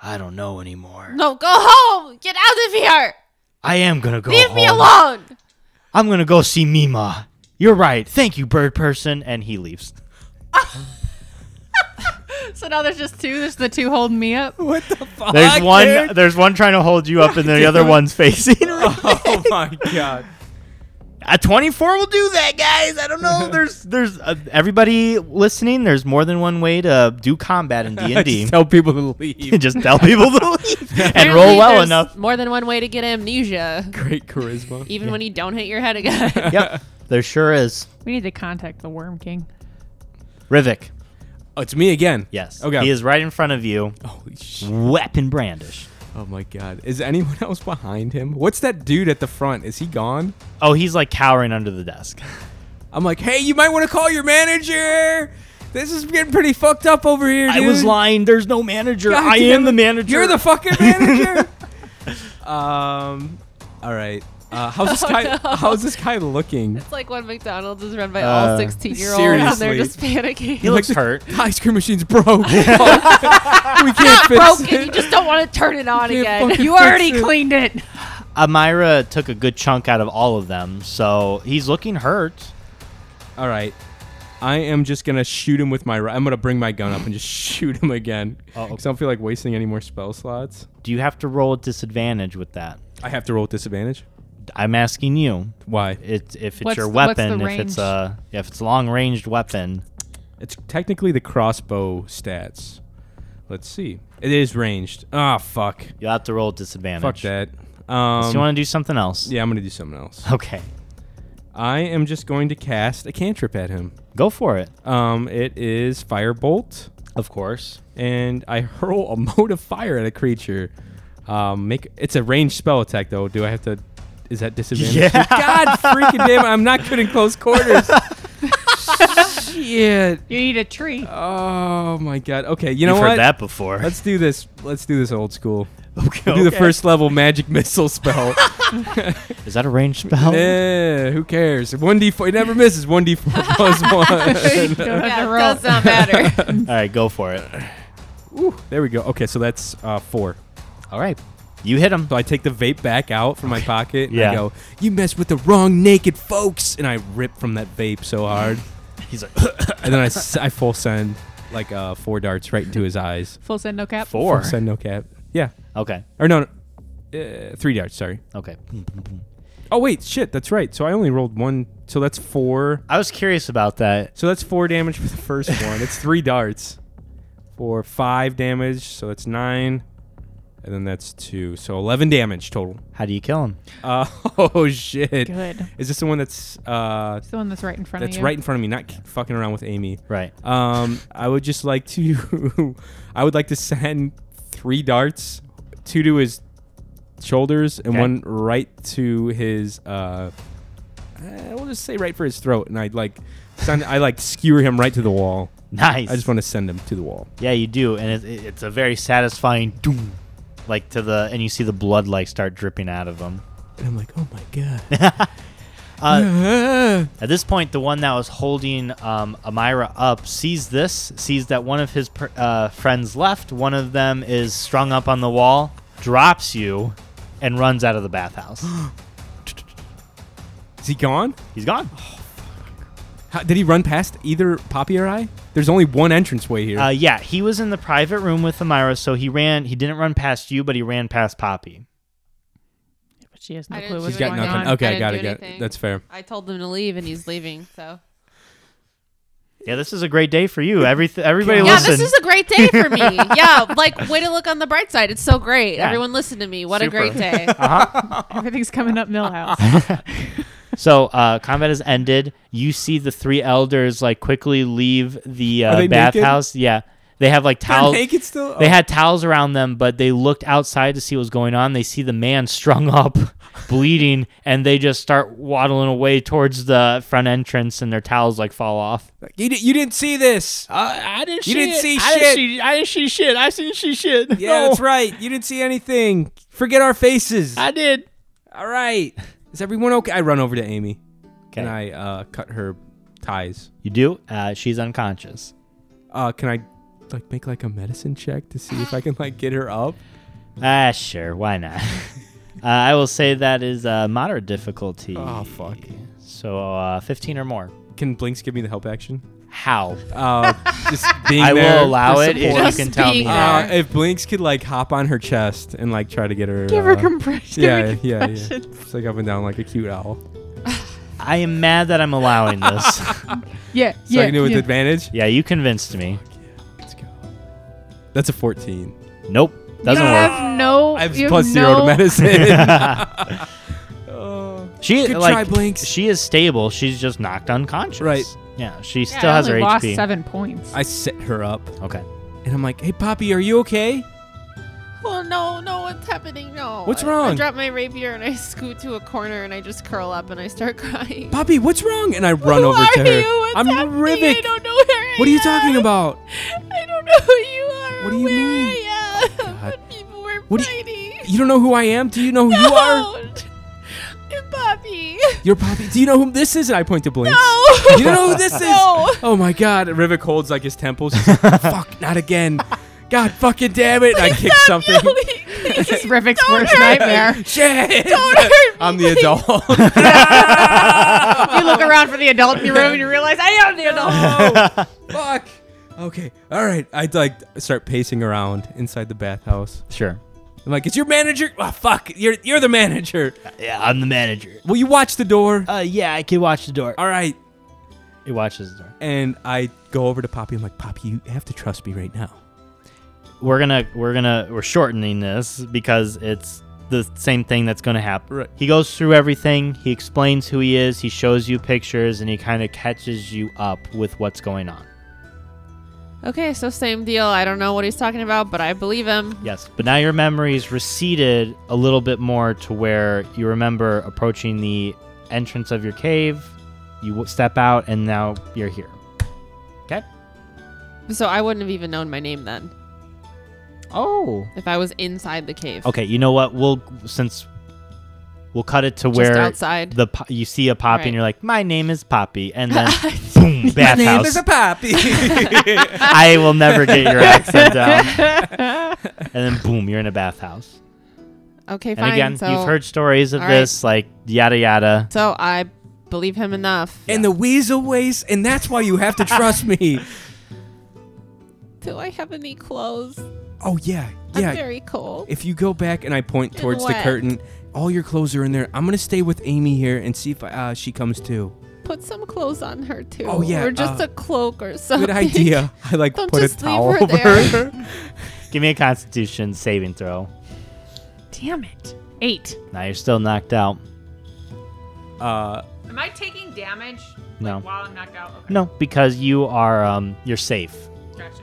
Speaker 3: I don't know anymore.
Speaker 1: No, go home! Get out of here!
Speaker 3: I am gonna go.
Speaker 1: Leave me
Speaker 3: home.
Speaker 1: alone!
Speaker 3: I'm gonna go see Mima. You're right. Thank you, bird person. And he leaves.
Speaker 4: So now there's just two. There's the two holding me up.
Speaker 2: What the fuck?
Speaker 3: There's one. (laughs)
Speaker 2: dude?
Speaker 3: There's one trying to hold you up, and (laughs) the other one's facing. (laughs)
Speaker 2: Oh (laughs) my god.
Speaker 3: A 24 will do that, guys. I don't know. There's there's uh, everybody listening. There's more than one way to do combat in D and
Speaker 2: Just
Speaker 3: D.
Speaker 2: Tell people to (laughs) leave.
Speaker 3: (laughs) Just tell people (laughs) to leave and
Speaker 1: Apparently
Speaker 3: roll well
Speaker 1: there's
Speaker 3: enough.
Speaker 1: More than one way to get amnesia,
Speaker 2: Great charisma.
Speaker 1: even when you don't hit your head again.
Speaker 3: Yep, there sure is.
Speaker 4: We need to contact the
Speaker 2: (laughs)
Speaker 4: Worm King.
Speaker 3: Rivik,
Speaker 2: (laughs) Oh, it's me again.
Speaker 3: yes.
Speaker 2: Okay.
Speaker 3: He is right in front of you,
Speaker 2: Holy shit.
Speaker 3: weapon brandish.
Speaker 2: Oh my god. Is anyone (laughs) else behind him? What's that dude at the front? Is he gone?
Speaker 3: Oh, he's like cowering under the desk.
Speaker 2: I'm like, hey, you might want to call your manager. This is getting pretty fucked up over here,
Speaker 3: I
Speaker 2: dude."
Speaker 3: was lying. There's no manager.
Speaker 2: God
Speaker 3: I
Speaker 2: damn
Speaker 3: am the
Speaker 2: it.
Speaker 3: manager.
Speaker 2: You're the fucking manager. (laughs) um, all right. Uh, how's this guy? How's this guy looking?
Speaker 1: it's like when McDonald's is run by
Speaker 3: Uh,
Speaker 1: all 16 year olds and they're
Speaker 2: seriously.
Speaker 1: just panicking. (laughs)
Speaker 3: he looks hurt.
Speaker 2: The (laughs) ice cream machine's broke. we can't fix
Speaker 1: Broken, you
Speaker 2: it.
Speaker 1: just don't want to turn it on
Speaker 2: Can't
Speaker 1: again.
Speaker 2: fucking
Speaker 4: You
Speaker 2: fix
Speaker 4: already
Speaker 2: it.
Speaker 4: cleaned it.
Speaker 3: Amira took a good chunk out of all of them, so he's looking hurt.
Speaker 2: All right. I am just gonna shoot him with my. ri- I'm gonna bring my gun up and just (laughs) shoot him again.
Speaker 3: Oh, okay.
Speaker 2: 'Cause I don't feel like wasting any more spell slots.
Speaker 3: Do you have to roll at disadvantage with that?
Speaker 2: I have to roll with disadvantage.
Speaker 3: I'm asking you.
Speaker 2: Why?
Speaker 3: It's if it's
Speaker 4: What's-
Speaker 3: your
Speaker 4: what's the
Speaker 3: weapon, if it's
Speaker 4: range?
Speaker 3: a if it's a long ranged weapon.
Speaker 2: It's technically the crossbow stats. Let's see. It is ranged. Ah, fuck.
Speaker 3: You'll have to roll at disadvantage.
Speaker 2: Fuck that. Um,
Speaker 3: So you want to do something else?
Speaker 2: yeah, I'm gonna do something else.
Speaker 3: Okay.
Speaker 2: I am just going to cast a cantrip at him.
Speaker 3: Go for it.
Speaker 2: Um, it is firebolt,
Speaker 3: Of course.
Speaker 2: and I (laughs) hurl a mode of fire at a creature. Um, make it's a ranged spell attack though. Do I have to? Is that disadvantage?
Speaker 3: Yeah.
Speaker 2: (laughs) God freaking damn! it, I'm not good in close
Speaker 3: (laughs)
Speaker 2: quarters. Shit.
Speaker 4: You need
Speaker 2: (laughs)
Speaker 4: a tree.
Speaker 2: Oh my god. Okay, you know
Speaker 3: You've
Speaker 2: what?
Speaker 3: heard that before.
Speaker 2: Let's do this. Let's do this old school.
Speaker 3: (laughs) okay.
Speaker 2: We'll do the first level magic missile
Speaker 3: (laughs)
Speaker 2: spell.
Speaker 3: Is that a ranged spell?
Speaker 2: Eh, who cares? One d four. It never misses. One d four (laughs) plus
Speaker 3: (laughs)
Speaker 2: one.
Speaker 1: Yeah,
Speaker 4: the
Speaker 1: it
Speaker 4: rope.
Speaker 1: does not matter.
Speaker 3: All right, go for it.
Speaker 2: Ooh, there we go. Okay, so that's uh, four.
Speaker 3: All right. You hit him.
Speaker 2: So I take the vape back out from my pocket and I
Speaker 3: Yeah.
Speaker 2: go, "You messed with the wrong naked folks," and I rip from that vape so hard,
Speaker 3: He's like
Speaker 2: (laughs) and
Speaker 3: (laughs)
Speaker 2: then I, s- I full send like uh, four darts right into his eyes.
Speaker 4: (laughs) Full send, no cap.
Speaker 3: four.
Speaker 2: Full send no cap. Yeah,
Speaker 3: Okay.
Speaker 2: or no, no uh, three darts. Sorry.
Speaker 3: Okay.
Speaker 2: Oh wait, shit, that's right. So I only rolled one. So that's four.
Speaker 3: I was curious about that.
Speaker 2: So that's four damage for the
Speaker 3: (laughs)
Speaker 2: first one. It's three darts. For five damage, so that's nine. And then that's two. So 11 damage total.
Speaker 3: How do you kill him?
Speaker 2: Uh, (laughs) oh, shit.
Speaker 4: Good.
Speaker 2: Is this the one that's uh,
Speaker 4: It's the one that's right in front
Speaker 2: that's
Speaker 4: of you.
Speaker 2: right in front of me, not k- fucking around with Amy?
Speaker 3: Right.
Speaker 2: Um, I would just like to, (laughs) I would like to send three darts, two to his shoulders and
Speaker 3: Okay.
Speaker 2: one right to his. Uh, eh, we'll just say right for his throat, and I'd like, send, I like skewer him right to the wall.
Speaker 3: Nice.
Speaker 2: I just want to send him to the wall.
Speaker 3: Yeah, you do, and it, it, it's a very satisfying doom, like to the, and you see the blood like start dripping out of him.
Speaker 2: And I'm like, oh my god.
Speaker 4: (laughs)
Speaker 3: Uh, at this point, the one that was holding um, Amira up sees this, sees that one of his per, uh, friends left. One of them is strung up on the wall, drops you, and runs out of
Speaker 1: (gasps)
Speaker 3: the bathhouse.
Speaker 2: (laughs) Is he gone?
Speaker 3: He's gone.
Speaker 2: How, did he run past either Poppy or I? There's only one entranceway here.
Speaker 3: Uh, yeah, he was in the private room with Amira, so he ran. He didn't run past you, but he ran past Poppy.
Speaker 4: But she has
Speaker 1: I
Speaker 4: no
Speaker 1: didn't
Speaker 4: clue
Speaker 1: see
Speaker 4: what's
Speaker 2: He's
Speaker 1: it
Speaker 2: got
Speaker 4: going
Speaker 2: nothing.
Speaker 4: on.
Speaker 1: I
Speaker 2: Okay,
Speaker 1: didn't
Speaker 2: got
Speaker 1: do
Speaker 2: it. Got it.
Speaker 1: anything.
Speaker 2: That's fair.
Speaker 1: I told him to leave and he's leaving. So
Speaker 3: Yeah, this is a great day for you. Every everybody,
Speaker 1: yeah,
Speaker 3: listen.
Speaker 1: this is a great day for
Speaker 2: (laughs)
Speaker 1: me. yeah, like way to look on the bright side. It's so great.
Speaker 3: Yeah.
Speaker 1: Everyone, listen to me. What
Speaker 3: Super.
Speaker 1: a great
Speaker 2: (laughs)
Speaker 1: day.
Speaker 2: Ah.
Speaker 4: Everything's coming up (laughs) Millhouse.
Speaker 3: So uh, combat is ended. You see the three elders like quickly leave the
Speaker 2: Are
Speaker 3: uh,
Speaker 2: they
Speaker 3: bathhouse. Yeah, they have like towels.
Speaker 2: naked Oh. still?
Speaker 3: They had towels around them, but they looked outside to see what was going on. They see the man strung (laughs) up, bleeding, and they just start waddling away towards the front entrance, and their towels like fall off.
Speaker 2: You, di- you didn't see this.
Speaker 3: Uh,
Speaker 5: I, I didn't
Speaker 2: You
Speaker 5: see
Speaker 2: didn't
Speaker 5: it.
Speaker 2: see
Speaker 5: I
Speaker 2: shit.
Speaker 5: Didn't see, I didn't see shit. I seen see
Speaker 3: (laughs)
Speaker 5: shit.
Speaker 2: Yeah,
Speaker 5: no,
Speaker 2: that's right. You didn't see anything. Forget our faces.
Speaker 5: I did.
Speaker 2: All right. Is everyone okay? I run over to Amy
Speaker 3: Okay,
Speaker 2: and I uh, cut her ties.
Speaker 3: you do. Uh, she's unconscious.
Speaker 2: Uh, can I like make like a medicine check to see if I can like get her up?
Speaker 3: Ah, sure. Why
Speaker 2: (laughs)
Speaker 3: not? uh, I will say that is uh, moderate difficulty.
Speaker 2: Oh, fuck.
Speaker 3: So uh, fifteen or more.
Speaker 2: Can Blinks give me the help action?
Speaker 3: How?
Speaker 2: Uh, just being
Speaker 3: (laughs) I
Speaker 2: there
Speaker 3: will allow
Speaker 2: for
Speaker 3: it if
Speaker 2: support.
Speaker 3: you
Speaker 1: Just
Speaker 3: can tell me.
Speaker 1: being
Speaker 3: that.
Speaker 2: Uh, if Blinks could like hop on her chest and like try to get her.
Speaker 4: Give her
Speaker 2: uh, (laughs)
Speaker 4: compression.
Speaker 2: Yeah, yeah, yeah. It's like up and down like a cute owl.
Speaker 3: I am mad that
Speaker 2: (laughs)
Speaker 3: I'm allowing this.
Speaker 4: Yeah,
Speaker 2: So I
Speaker 4: yeah.
Speaker 2: can do it with
Speaker 4: yeah.
Speaker 2: advantage.
Speaker 3: yeah, you convinced me.
Speaker 2: Let's go. That's a 14.
Speaker 3: Nope, doesn't
Speaker 4: you
Speaker 3: work.
Speaker 4: Have no,
Speaker 2: I have
Speaker 4: you
Speaker 2: plus zero
Speaker 4: no-
Speaker 2: to medicine.
Speaker 3: she
Speaker 2: Good
Speaker 3: like
Speaker 2: try, Blinks.
Speaker 3: she is stable. She's just knocked unconscious.
Speaker 2: Right.
Speaker 3: Yeah, she
Speaker 4: Yeah,
Speaker 3: still
Speaker 4: I
Speaker 3: has her
Speaker 4: only lost
Speaker 3: HP.
Speaker 2: (laughs)
Speaker 4: seven points.
Speaker 2: I set her up
Speaker 3: Okay.
Speaker 2: and I'm like, hey, Poppy, are you okay?
Speaker 1: Oh no, no, what's happening? No.
Speaker 2: What's
Speaker 1: I- I
Speaker 2: wrong?
Speaker 1: drop my rapier and I scoot to a corner and I just curl up and I start (laughs) crying.
Speaker 2: Poppy, what's wrong? And I run
Speaker 1: Who
Speaker 2: over
Speaker 1: are
Speaker 2: to her.
Speaker 1: You? What's
Speaker 2: I'm
Speaker 1: happening? I
Speaker 2: Rivik.
Speaker 1: don't know where I
Speaker 2: What are you
Speaker 1: am.
Speaker 2: talking about?
Speaker 1: I don't know who you are.
Speaker 2: What do you
Speaker 1: where
Speaker 2: mean?
Speaker 1: I am.
Speaker 2: God.
Speaker 1: But people were
Speaker 2: What do you-
Speaker 1: fighting.
Speaker 2: You don't know who I am? Do you know who you are?
Speaker 1: I'm Poppy.
Speaker 4: (laughs)
Speaker 2: You're Poppy. Do you know who this is? And I point to Blinks.
Speaker 1: No.
Speaker 2: (laughs) You don't know who
Speaker 1: (laughs)
Speaker 2: this is?
Speaker 1: No.
Speaker 2: Oh my god. Rivik holds like his temples. He's like, (laughs) fuck, not again. God fucking damn it. And I kick
Speaker 1: Stop
Speaker 4: (laughs)
Speaker 2: something. (laughs)
Speaker 1: yelling.
Speaker 4: This is Rivik's
Speaker 1: Don't
Speaker 4: worst
Speaker 1: hurt
Speaker 4: nightmare.
Speaker 1: hurt
Speaker 2: Shit.
Speaker 1: me,
Speaker 2: I'm the
Speaker 1: please. (laughs)
Speaker 2: adult. (laughs)
Speaker 4: you look around for the adult in your room and you realize I am the adult.
Speaker 2: Oh, fuck. Okay. All right. I'd like start pacing around inside the bathhouse.
Speaker 3: Sure.
Speaker 2: I'm like, it's your manager. Oh, fuck. You're you're the manager.
Speaker 3: Yeah, I'm the manager.
Speaker 2: Will you watch the door?
Speaker 3: Uh, yeah, I can watch the door.
Speaker 2: All right.
Speaker 3: He watches the door.
Speaker 2: And I go over to Poppy. I'm like, Poppy, you have to trust me right now.
Speaker 3: we're gonna we're gonna we're shortening this because it's the same thing that's gonna happen.
Speaker 2: Right.
Speaker 3: He goes through everything. He explains who he is. He shows you pictures, and he kind of catches you up with what's going on.
Speaker 1: (laughs) Okay, so same deal. I don't know what he's talking about, but I believe him.
Speaker 3: Yes, but now your memories receded a little bit more to where you remember approaching the entrance of your cave. You w- step out, and now you're here. Okay.
Speaker 1: So I wouldn't have even known my name then
Speaker 3: Oh.
Speaker 1: if I was inside the cave.
Speaker 3: Okay. You know what? We'll since we'll cut it to
Speaker 1: Just
Speaker 3: where
Speaker 1: outside.
Speaker 3: the po- you see a poppy,
Speaker 1: Right.
Speaker 3: and you're like, "My name is Poppy," and
Speaker 1: (laughs)
Speaker 3: then boom, bathhouse.
Speaker 2: poppy.
Speaker 3: I will never get your accent down.
Speaker 1: (laughs)
Speaker 3: and then boom, you're in a bathhouse.
Speaker 1: Okay,
Speaker 3: And
Speaker 1: fine.
Speaker 3: again,
Speaker 1: so,
Speaker 3: you've heard stories of
Speaker 1: All right.
Speaker 3: this, like yada yada.
Speaker 1: So I believe him enough.
Speaker 2: and the weasel waste, and that's why you have to trust me.
Speaker 1: Do I have any clothes?
Speaker 2: Oh yeah,
Speaker 1: I'm
Speaker 2: yeah.
Speaker 1: very cold.
Speaker 2: If you go back and I point
Speaker 1: Getting
Speaker 2: towards the
Speaker 1: wet.
Speaker 2: curtain, all your clothes are in there. I'm gonna stay with Amy here and see if uh, she
Speaker 1: (laughs)
Speaker 2: comes too.
Speaker 1: Put some clothes on her too.
Speaker 2: Oh, yeah,
Speaker 1: Or just
Speaker 2: uh,
Speaker 1: a cloak or something.
Speaker 2: Good idea. I like
Speaker 1: Don't
Speaker 2: put a
Speaker 1: just leave
Speaker 2: towel
Speaker 1: her
Speaker 2: over
Speaker 1: there.
Speaker 2: her. (laughs)
Speaker 3: Give me a Constitution saving throw.
Speaker 4: Damn it. Eight.
Speaker 3: Now you're still knocked out.
Speaker 2: Uh,
Speaker 4: Am I taking damage?
Speaker 3: No.
Speaker 4: While I'm knocked out. Okay.
Speaker 3: No, because you are um you're safe.
Speaker 4: Gotcha. Okay.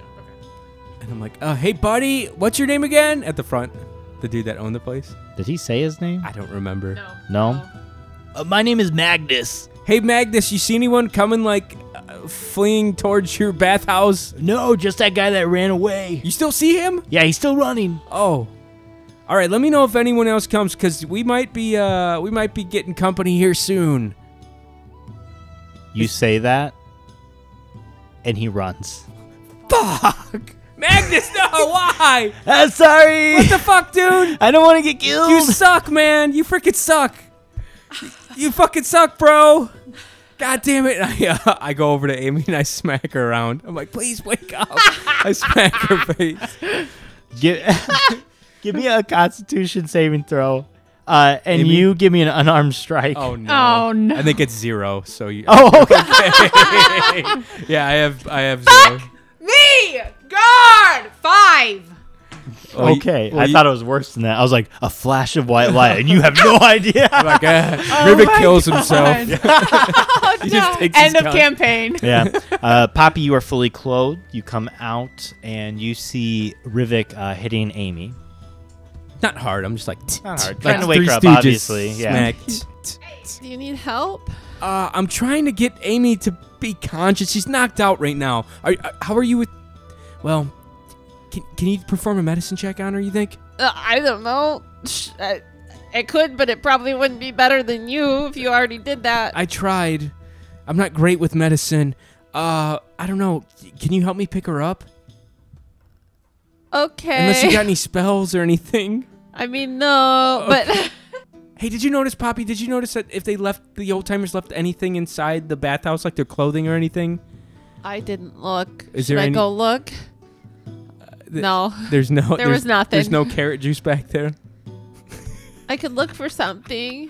Speaker 2: and I'm like, uh, hey buddy, what's your name again? At the front, the dude that owned the place.
Speaker 3: Did he say his name?
Speaker 2: I don't remember.
Speaker 3: No. Uh, my name is Magnus.
Speaker 2: Hey Magnus, you see anyone coming like uh, fleeing towards your bathhouse?
Speaker 3: No, just that guy that ran away.
Speaker 2: You still see him?
Speaker 3: Yeah, he's still running.
Speaker 2: Oh. All right, let me know if anyone else comes cuz we might be uh we might be getting company here soon.
Speaker 3: You say that, and he (laughs) runs.
Speaker 2: Fuck. (laughs) Magnus, no, why?
Speaker 3: Ah,
Speaker 2: (laughs)
Speaker 3: sorry. (laughs)
Speaker 2: What the fuck, dude?
Speaker 3: I don't want to get killed.
Speaker 2: You suck, man. You freaking suck. You fucking suck, bro. God damn it. (laughs) I, uh, I go over to Amy and I smack her around. I'm like, please wake
Speaker 3: (laughs)
Speaker 2: up. I smack her face.
Speaker 3: Give, (laughs) give me a Constitution saving throw, uh, and
Speaker 2: Amy?
Speaker 3: you give me an unarmed strike.
Speaker 2: Oh no.
Speaker 4: Oh, no.
Speaker 2: I think it's zero. So you. (laughs)
Speaker 3: Oh, okay.
Speaker 2: yeah, I have. I have zero.
Speaker 4: Me! God! Five!
Speaker 2: Well, you-
Speaker 3: okay.
Speaker 2: well,
Speaker 3: I
Speaker 2: you-
Speaker 3: thought it was worse than that. I was like a flash of white light, and you have (laughs) no idea.
Speaker 2: Like,
Speaker 3: (laughs)
Speaker 2: uh,
Speaker 3: Oh
Speaker 2: Rivet
Speaker 4: Oh my
Speaker 2: kills himself. (laughs) He just takes his
Speaker 4: End of
Speaker 2: gun.
Speaker 4: campaign.
Speaker 3: yeah, uh, Poppy, you are fully clothed. You come out and you see Rivik uh, hitting Amy.
Speaker 2: Not hard. I'm just like.
Speaker 3: Not hard.
Speaker 2: like
Speaker 3: Trying to wake
Speaker 2: Three
Speaker 3: her up,
Speaker 2: Stooges
Speaker 3: obviously, yeah.
Speaker 2: smack.
Speaker 1: (laughs) Do you need help?
Speaker 2: Uh, I'm trying to get Amy to be conscious. She's knocked out right now. Are, are- how are you with? Well, can, can you perform a medicine check on her? You think?
Speaker 1: Uh, I don't know. Sh- I, I could, but it probably wouldn't be better than you if you already did that.
Speaker 2: I tried. I'm not great with medicine. Uh, I don't know. Can you help me pick her up?
Speaker 1: okay.
Speaker 2: Unless you got
Speaker 1: (laughs)
Speaker 2: Oh, any spells or anything.
Speaker 1: I mean, no, but
Speaker 2: Hey, did you notice, Poppy? Did you notice that if they left the old timers left anything inside the bathhouse, like their clothing
Speaker 1: (gasps)
Speaker 2: or anything?
Speaker 1: (laughs) I didn't look.
Speaker 2: Is
Speaker 1: Should
Speaker 2: there
Speaker 1: I
Speaker 2: any-
Speaker 1: go look?
Speaker 2: the-
Speaker 1: no,
Speaker 2: There's no. There
Speaker 1: was nothing.
Speaker 2: There's no carrot juice back there.
Speaker 1: I could look for something.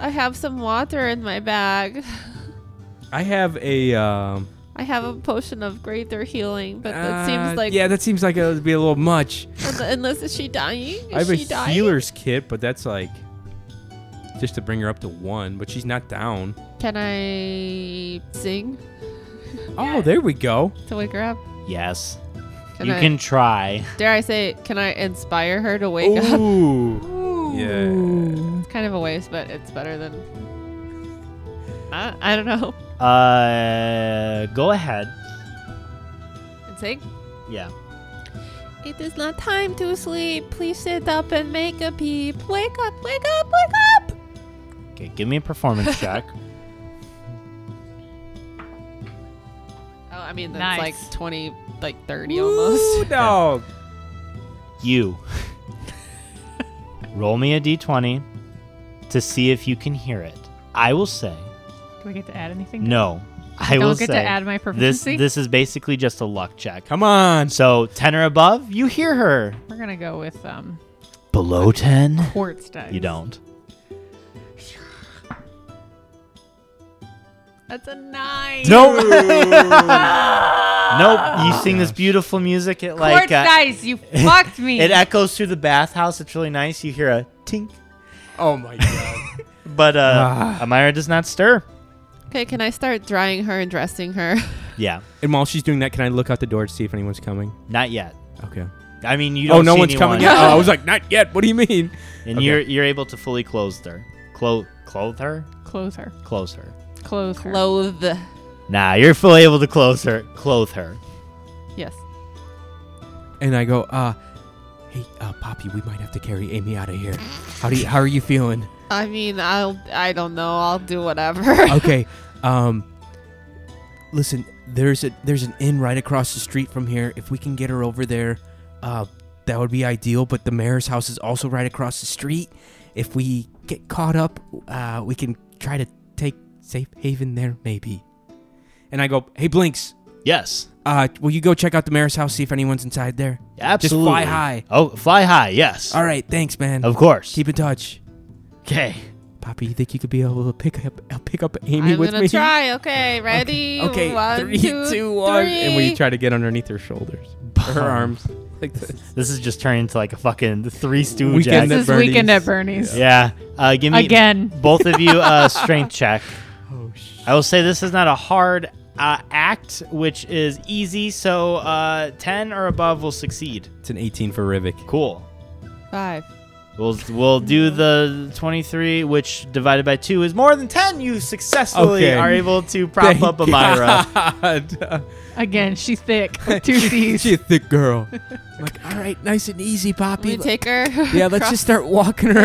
Speaker 1: I have some water in my bag.
Speaker 2: I have a. Um,
Speaker 1: I have a potion of greater healing, but that
Speaker 2: uh,
Speaker 1: seems like
Speaker 2: Yeah, that seems like it would be a little much.
Speaker 1: un- unless is she dying? Is
Speaker 2: I have
Speaker 1: she
Speaker 2: a
Speaker 1: dying?
Speaker 2: healer's kit, but that's like just to bring her up to one. But she's not down.
Speaker 1: Can I sing
Speaker 2: Oh, there we go.
Speaker 1: to wake her up?
Speaker 3: Yes,
Speaker 1: Can
Speaker 3: you
Speaker 1: I,
Speaker 3: can try.
Speaker 1: Dare I say? Can I inspire her to wake up?
Speaker 2: Ooh, yeah.
Speaker 1: It's kind of a waste, but it's better than. I, I don't know.
Speaker 3: Uh, go ahead.
Speaker 1: And sing.
Speaker 3: Yeah.
Speaker 1: It is not time to sleep. Please sit up and make a peep. Wake up! Wake up! Wake up!
Speaker 3: Okay, give me a performance
Speaker 1: (laughs)
Speaker 3: check.
Speaker 1: Oh, I mean that's
Speaker 4: Nice.
Speaker 1: like twenty, like thirty
Speaker 2: Ooh,
Speaker 1: almost.
Speaker 2: dog.
Speaker 4: (laughs)
Speaker 3: You. Roll me a d20 to see if you can hear it. I will say
Speaker 4: Do I get to add anything?
Speaker 3: no. I
Speaker 4: Don't
Speaker 3: will
Speaker 4: get to
Speaker 3: say
Speaker 4: add my
Speaker 3: this.
Speaker 4: proficiency?
Speaker 3: This is basically just a luck
Speaker 2: (laughs)
Speaker 3: check.
Speaker 2: Come on.
Speaker 3: So ten or above, you hear her.
Speaker 4: We're gonna go with um
Speaker 3: Below ten,
Speaker 4: quartz dice.
Speaker 3: you don't. (laughs)
Speaker 4: That's a nine.
Speaker 3: No. Nope. You sing this beautiful music. It like
Speaker 4: Like,
Speaker 3: uh,
Speaker 4: dice, you fucked
Speaker 3: (laughs)
Speaker 4: me.
Speaker 3: it echoes through the bathhouse. It's really nice. You hear a tink,
Speaker 2: Oh my god.
Speaker 3: but
Speaker 2: Ah.
Speaker 3: uh, Amira does not stir.
Speaker 1: Okay, can I start drying her and dressing (laughs) her?
Speaker 3: Yeah,
Speaker 2: (laughs) and while she's doing that, can I look out the door to see if anyone's coming?
Speaker 3: not yet.
Speaker 2: Okay.
Speaker 3: I mean, you don't.
Speaker 2: Oh, no
Speaker 3: see
Speaker 2: one's
Speaker 3: anyone.
Speaker 2: coming yet. oh, I (laughs) was like, not yet. What do you mean?
Speaker 3: and
Speaker 2: Okay.
Speaker 3: you're you're able to fully clothe her, clothe clothe her,
Speaker 4: clothe her.
Speaker 3: clothe her.
Speaker 4: Clothe her.
Speaker 1: Clothe.
Speaker 3: Nah, you're fully able to clothe her, clothe her.
Speaker 1: Yes.
Speaker 2: And I go, uh, hey, uh, Poppy, we might have to carry Amy out of here. How do you? How are you feeling?
Speaker 1: I mean, I'll. I don't know. I'll do whatever.
Speaker 2: (laughs) okay. Um, listen, there's a there's an inn right across the street from here. If we can get her over there, uh, that would be ideal. But the mayor's house is also right across the street. If we get caught up, uh, we can try to take safe haven there, maybe. And I go, hey, Blinks,
Speaker 3: Yes,
Speaker 2: uh, will you go check out the mayor's house, see if anyone's inside there?
Speaker 3: absolutely.
Speaker 2: Just fly high.
Speaker 3: Oh, fly high. Yes,
Speaker 2: All right, thanks, man.
Speaker 3: of course.
Speaker 2: Keep in touch.
Speaker 3: Okay.
Speaker 2: Poppy, you think you could be able to pick up pick up Amy
Speaker 1: I'm
Speaker 2: with
Speaker 1: gonna
Speaker 2: me?
Speaker 1: try. Okay, ready?
Speaker 2: Okay,
Speaker 1: One,
Speaker 2: three,
Speaker 1: two,
Speaker 2: two, one, and we
Speaker 1: three.
Speaker 2: try to get underneath her shoulders, her arms, like this.
Speaker 3: This is just turning into like a fucking three stooges.
Speaker 2: Weekend
Speaker 4: This is
Speaker 2: at Bernie's.
Speaker 4: weekend at Bernie's.
Speaker 3: Yeah. Uh, give me
Speaker 4: Again.
Speaker 3: both of you a strength check.
Speaker 2: (laughs) Oh sh!
Speaker 3: I will say this is not a hard uh, act, which is easy. So uh, ten or above will succeed.
Speaker 2: It's an 18 for Rivik.
Speaker 3: Cool.
Speaker 1: Five.
Speaker 3: We'll we'll do the twenty-three, which divided by two is more than ten. You successfully
Speaker 2: Okay.
Speaker 3: are able to prop
Speaker 2: Thank
Speaker 3: up
Speaker 2: (laughs)
Speaker 3: Amira.
Speaker 2: God.
Speaker 4: Again, she's thick. with Two C's.
Speaker 2: She's a thick (laughs) girl. I'm like, all right, nice and easy,
Speaker 1: We
Speaker 2: Poppy.
Speaker 1: take her.
Speaker 2: yeah,
Speaker 1: (laughs)
Speaker 2: let's just start walking her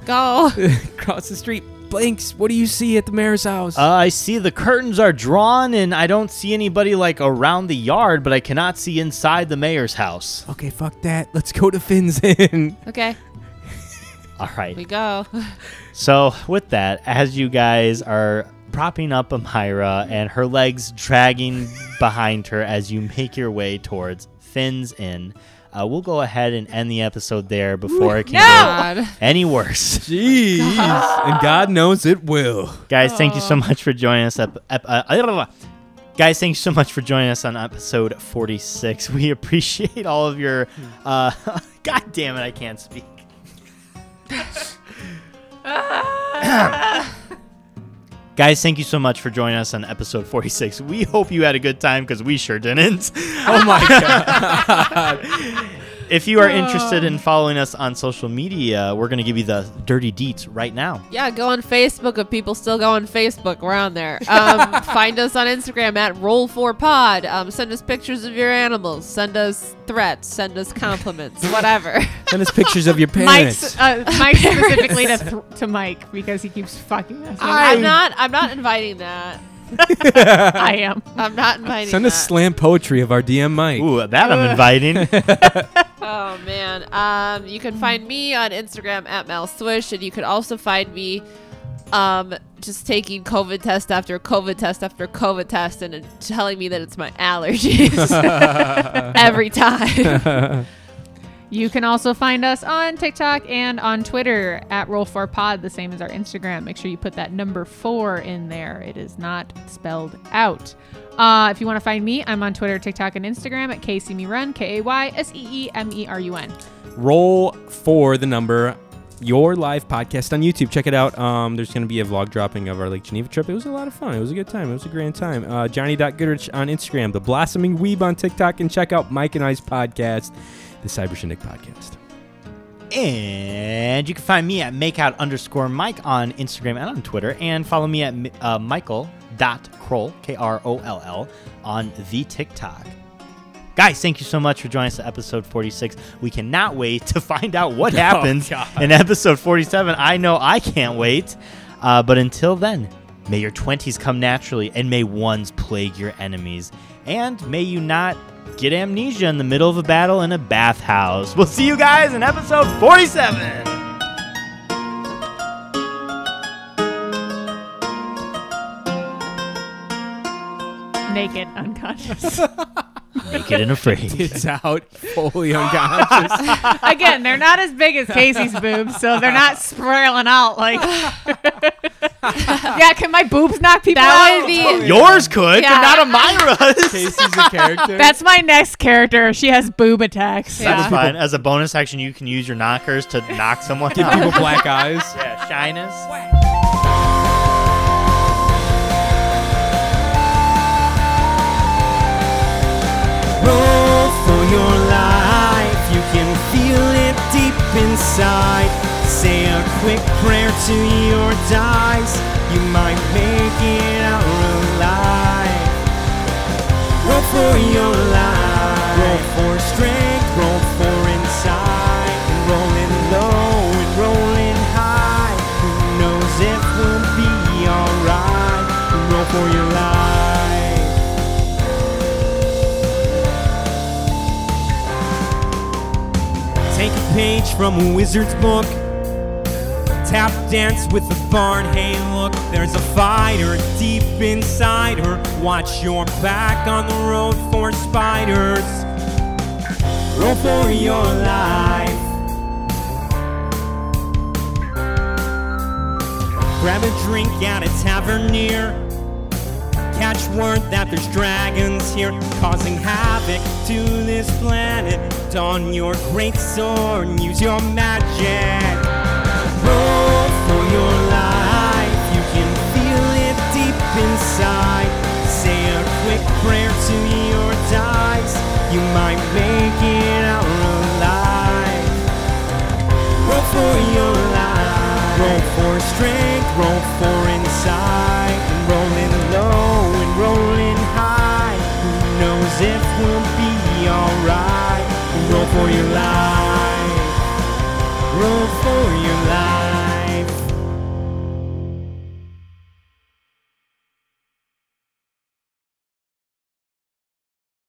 Speaker 1: Let's go.
Speaker 2: across the street. Blinks, what do you see at the mayor's house?
Speaker 3: Uh, I see the curtains are drawn, and I don't see anybody like around the yard, but I cannot see inside the mayor's house.
Speaker 2: okay, fuck that. Let's go to Finn's Inn.
Speaker 1: Okay,
Speaker 3: All right.
Speaker 1: we go.
Speaker 3: So, with that, as you guys are propping up Amira and her legs dragging behind her as you make your way towards Finn's Inn, uh, we'll go ahead and end the episode there before it can
Speaker 1: God.
Speaker 3: go any
Speaker 1: (laughs)
Speaker 2: (laughs)
Speaker 3: worse.
Speaker 2: Jeez, and God knows it will.
Speaker 3: Guys, thank you so much for joining us. Up, up, uh, Guys, thank you so much for joining us on episode 46. We appreciate all of your. Uh, (laughs) God damn it, I can't (laughs) speak. Guys, thank you so much for joining us on episode 46. We hope you had a good time because we sure didn't. Oh (laughs) my God. if you are interested in following us on social media, we're going to give you the dirty deets right now.
Speaker 1: Yeah, go on Facebook if people still go on Facebook. We're on there.
Speaker 2: (laughs)
Speaker 1: Um, find us on Instagram at Roll4Pod. Um, send us pictures of your animals. Send us threats. Send us compliments.
Speaker 2: (laughs)
Speaker 1: Whatever.
Speaker 2: Send us pictures of your parents.
Speaker 4: Mike's, uh, Mike specifically to, th- to Mike because he keeps fucking us.
Speaker 1: I'm not. I'm not inviting that.
Speaker 4: I am.
Speaker 1: I'm not inviting.
Speaker 2: Send
Speaker 1: that.
Speaker 2: us slam poetry of our DM Mike.
Speaker 3: Ooh, that I'm (laughs) inviting.
Speaker 1: Oh man. Um, you can find me on Instagram at Mal Swish, and you can also find me, um, just taking COVID test after COVID test after COVID test, and it- telling me that it's my allergies (laughs) every time.
Speaker 4: You can also find us on TikTok and on Twitter at Roll4Pod, the same as our Instagram. Make sure you put that number four in there. It is not spelled out. Uh, if you want to find me, I'm on Twitter, TikTok, and Instagram at KCMerun, K A Y S E E M E R U N.
Speaker 2: roll for the number your live podcast on youtube check it out um, there's going to be a vlog dropping of our lake geneva trip it was a lot of fun it was a good time it was a grand time uh, johnny.goodrich on instagram the blossoming weeb on tiktok and check out mike and i's podcast the cyber shindig podcast
Speaker 3: And you can find me at makeout underscore Mike on Instagram and on Twitter. And follow me at mi- uh, Michael dot Kroll, K R O L L, on the TikTok. Guys, thank you so much for joining us to episode 46. We cannot wait to find out
Speaker 2: (laughs)
Speaker 3: what happens
Speaker 2: Oh, God.
Speaker 3: in episode 47. I know I can't wait. Uh, but until then, may your 20s come naturally and may ones plague your enemies. And may you not get amnesia in the middle of a battle in a bathhouse. We'll see you guys in episode 47.
Speaker 1: (laughs)
Speaker 4: Naked, unconscious.
Speaker 3: naked and afraid.
Speaker 2: It's out, (laughs) fully unconscious.
Speaker 4: (laughs) Again, they're not as big
Speaker 3: (laughs)
Speaker 4: as Casey's boobs, so they're not spiraling
Speaker 1: (laughs)
Speaker 4: out like. (laughs) yeah, can my boobs knock people
Speaker 1: That
Speaker 4: out?
Speaker 1: would be.
Speaker 3: (laughs) Yours could,
Speaker 1: Yeah.
Speaker 3: but
Speaker 1: (laughs)
Speaker 3: not Amira's.
Speaker 2: Casey's a character.
Speaker 4: That's my next character. She has boob attacks.
Speaker 1: Yeah.
Speaker 3: That's fine. As a bonus action, you can use your knockers to knock someone
Speaker 2: Give
Speaker 3: out.
Speaker 2: people black eyes.
Speaker 3: Yeah, shyness.
Speaker 2: Roll for your life. You can feel it deep inside. Say a quick prayer to your dice. You might make it out alive. Roll for your life. Roll for strength. Roll for insight. And rolling low and rolling high. Who knows if we'll be alright? Roll for your life. Take a page from a wizard's book. Tap dance with the barn. Hey, look, there's a fighter deep inside her. Watch your back on the road for spiders. Roll for your life. Grab a drink at a tavern near. Catch word that there's dragons here causing havoc to this planet. Don your great sword and use your magic. Roll for your life, you can feel it deep inside. Say a quick prayer to your dice, you might make it out alive. Roll for your life. Roll for strength. Roll for insight. And rolling low and rolling high. Who knows if we'll be alright? Roll for your life. Roll for your life.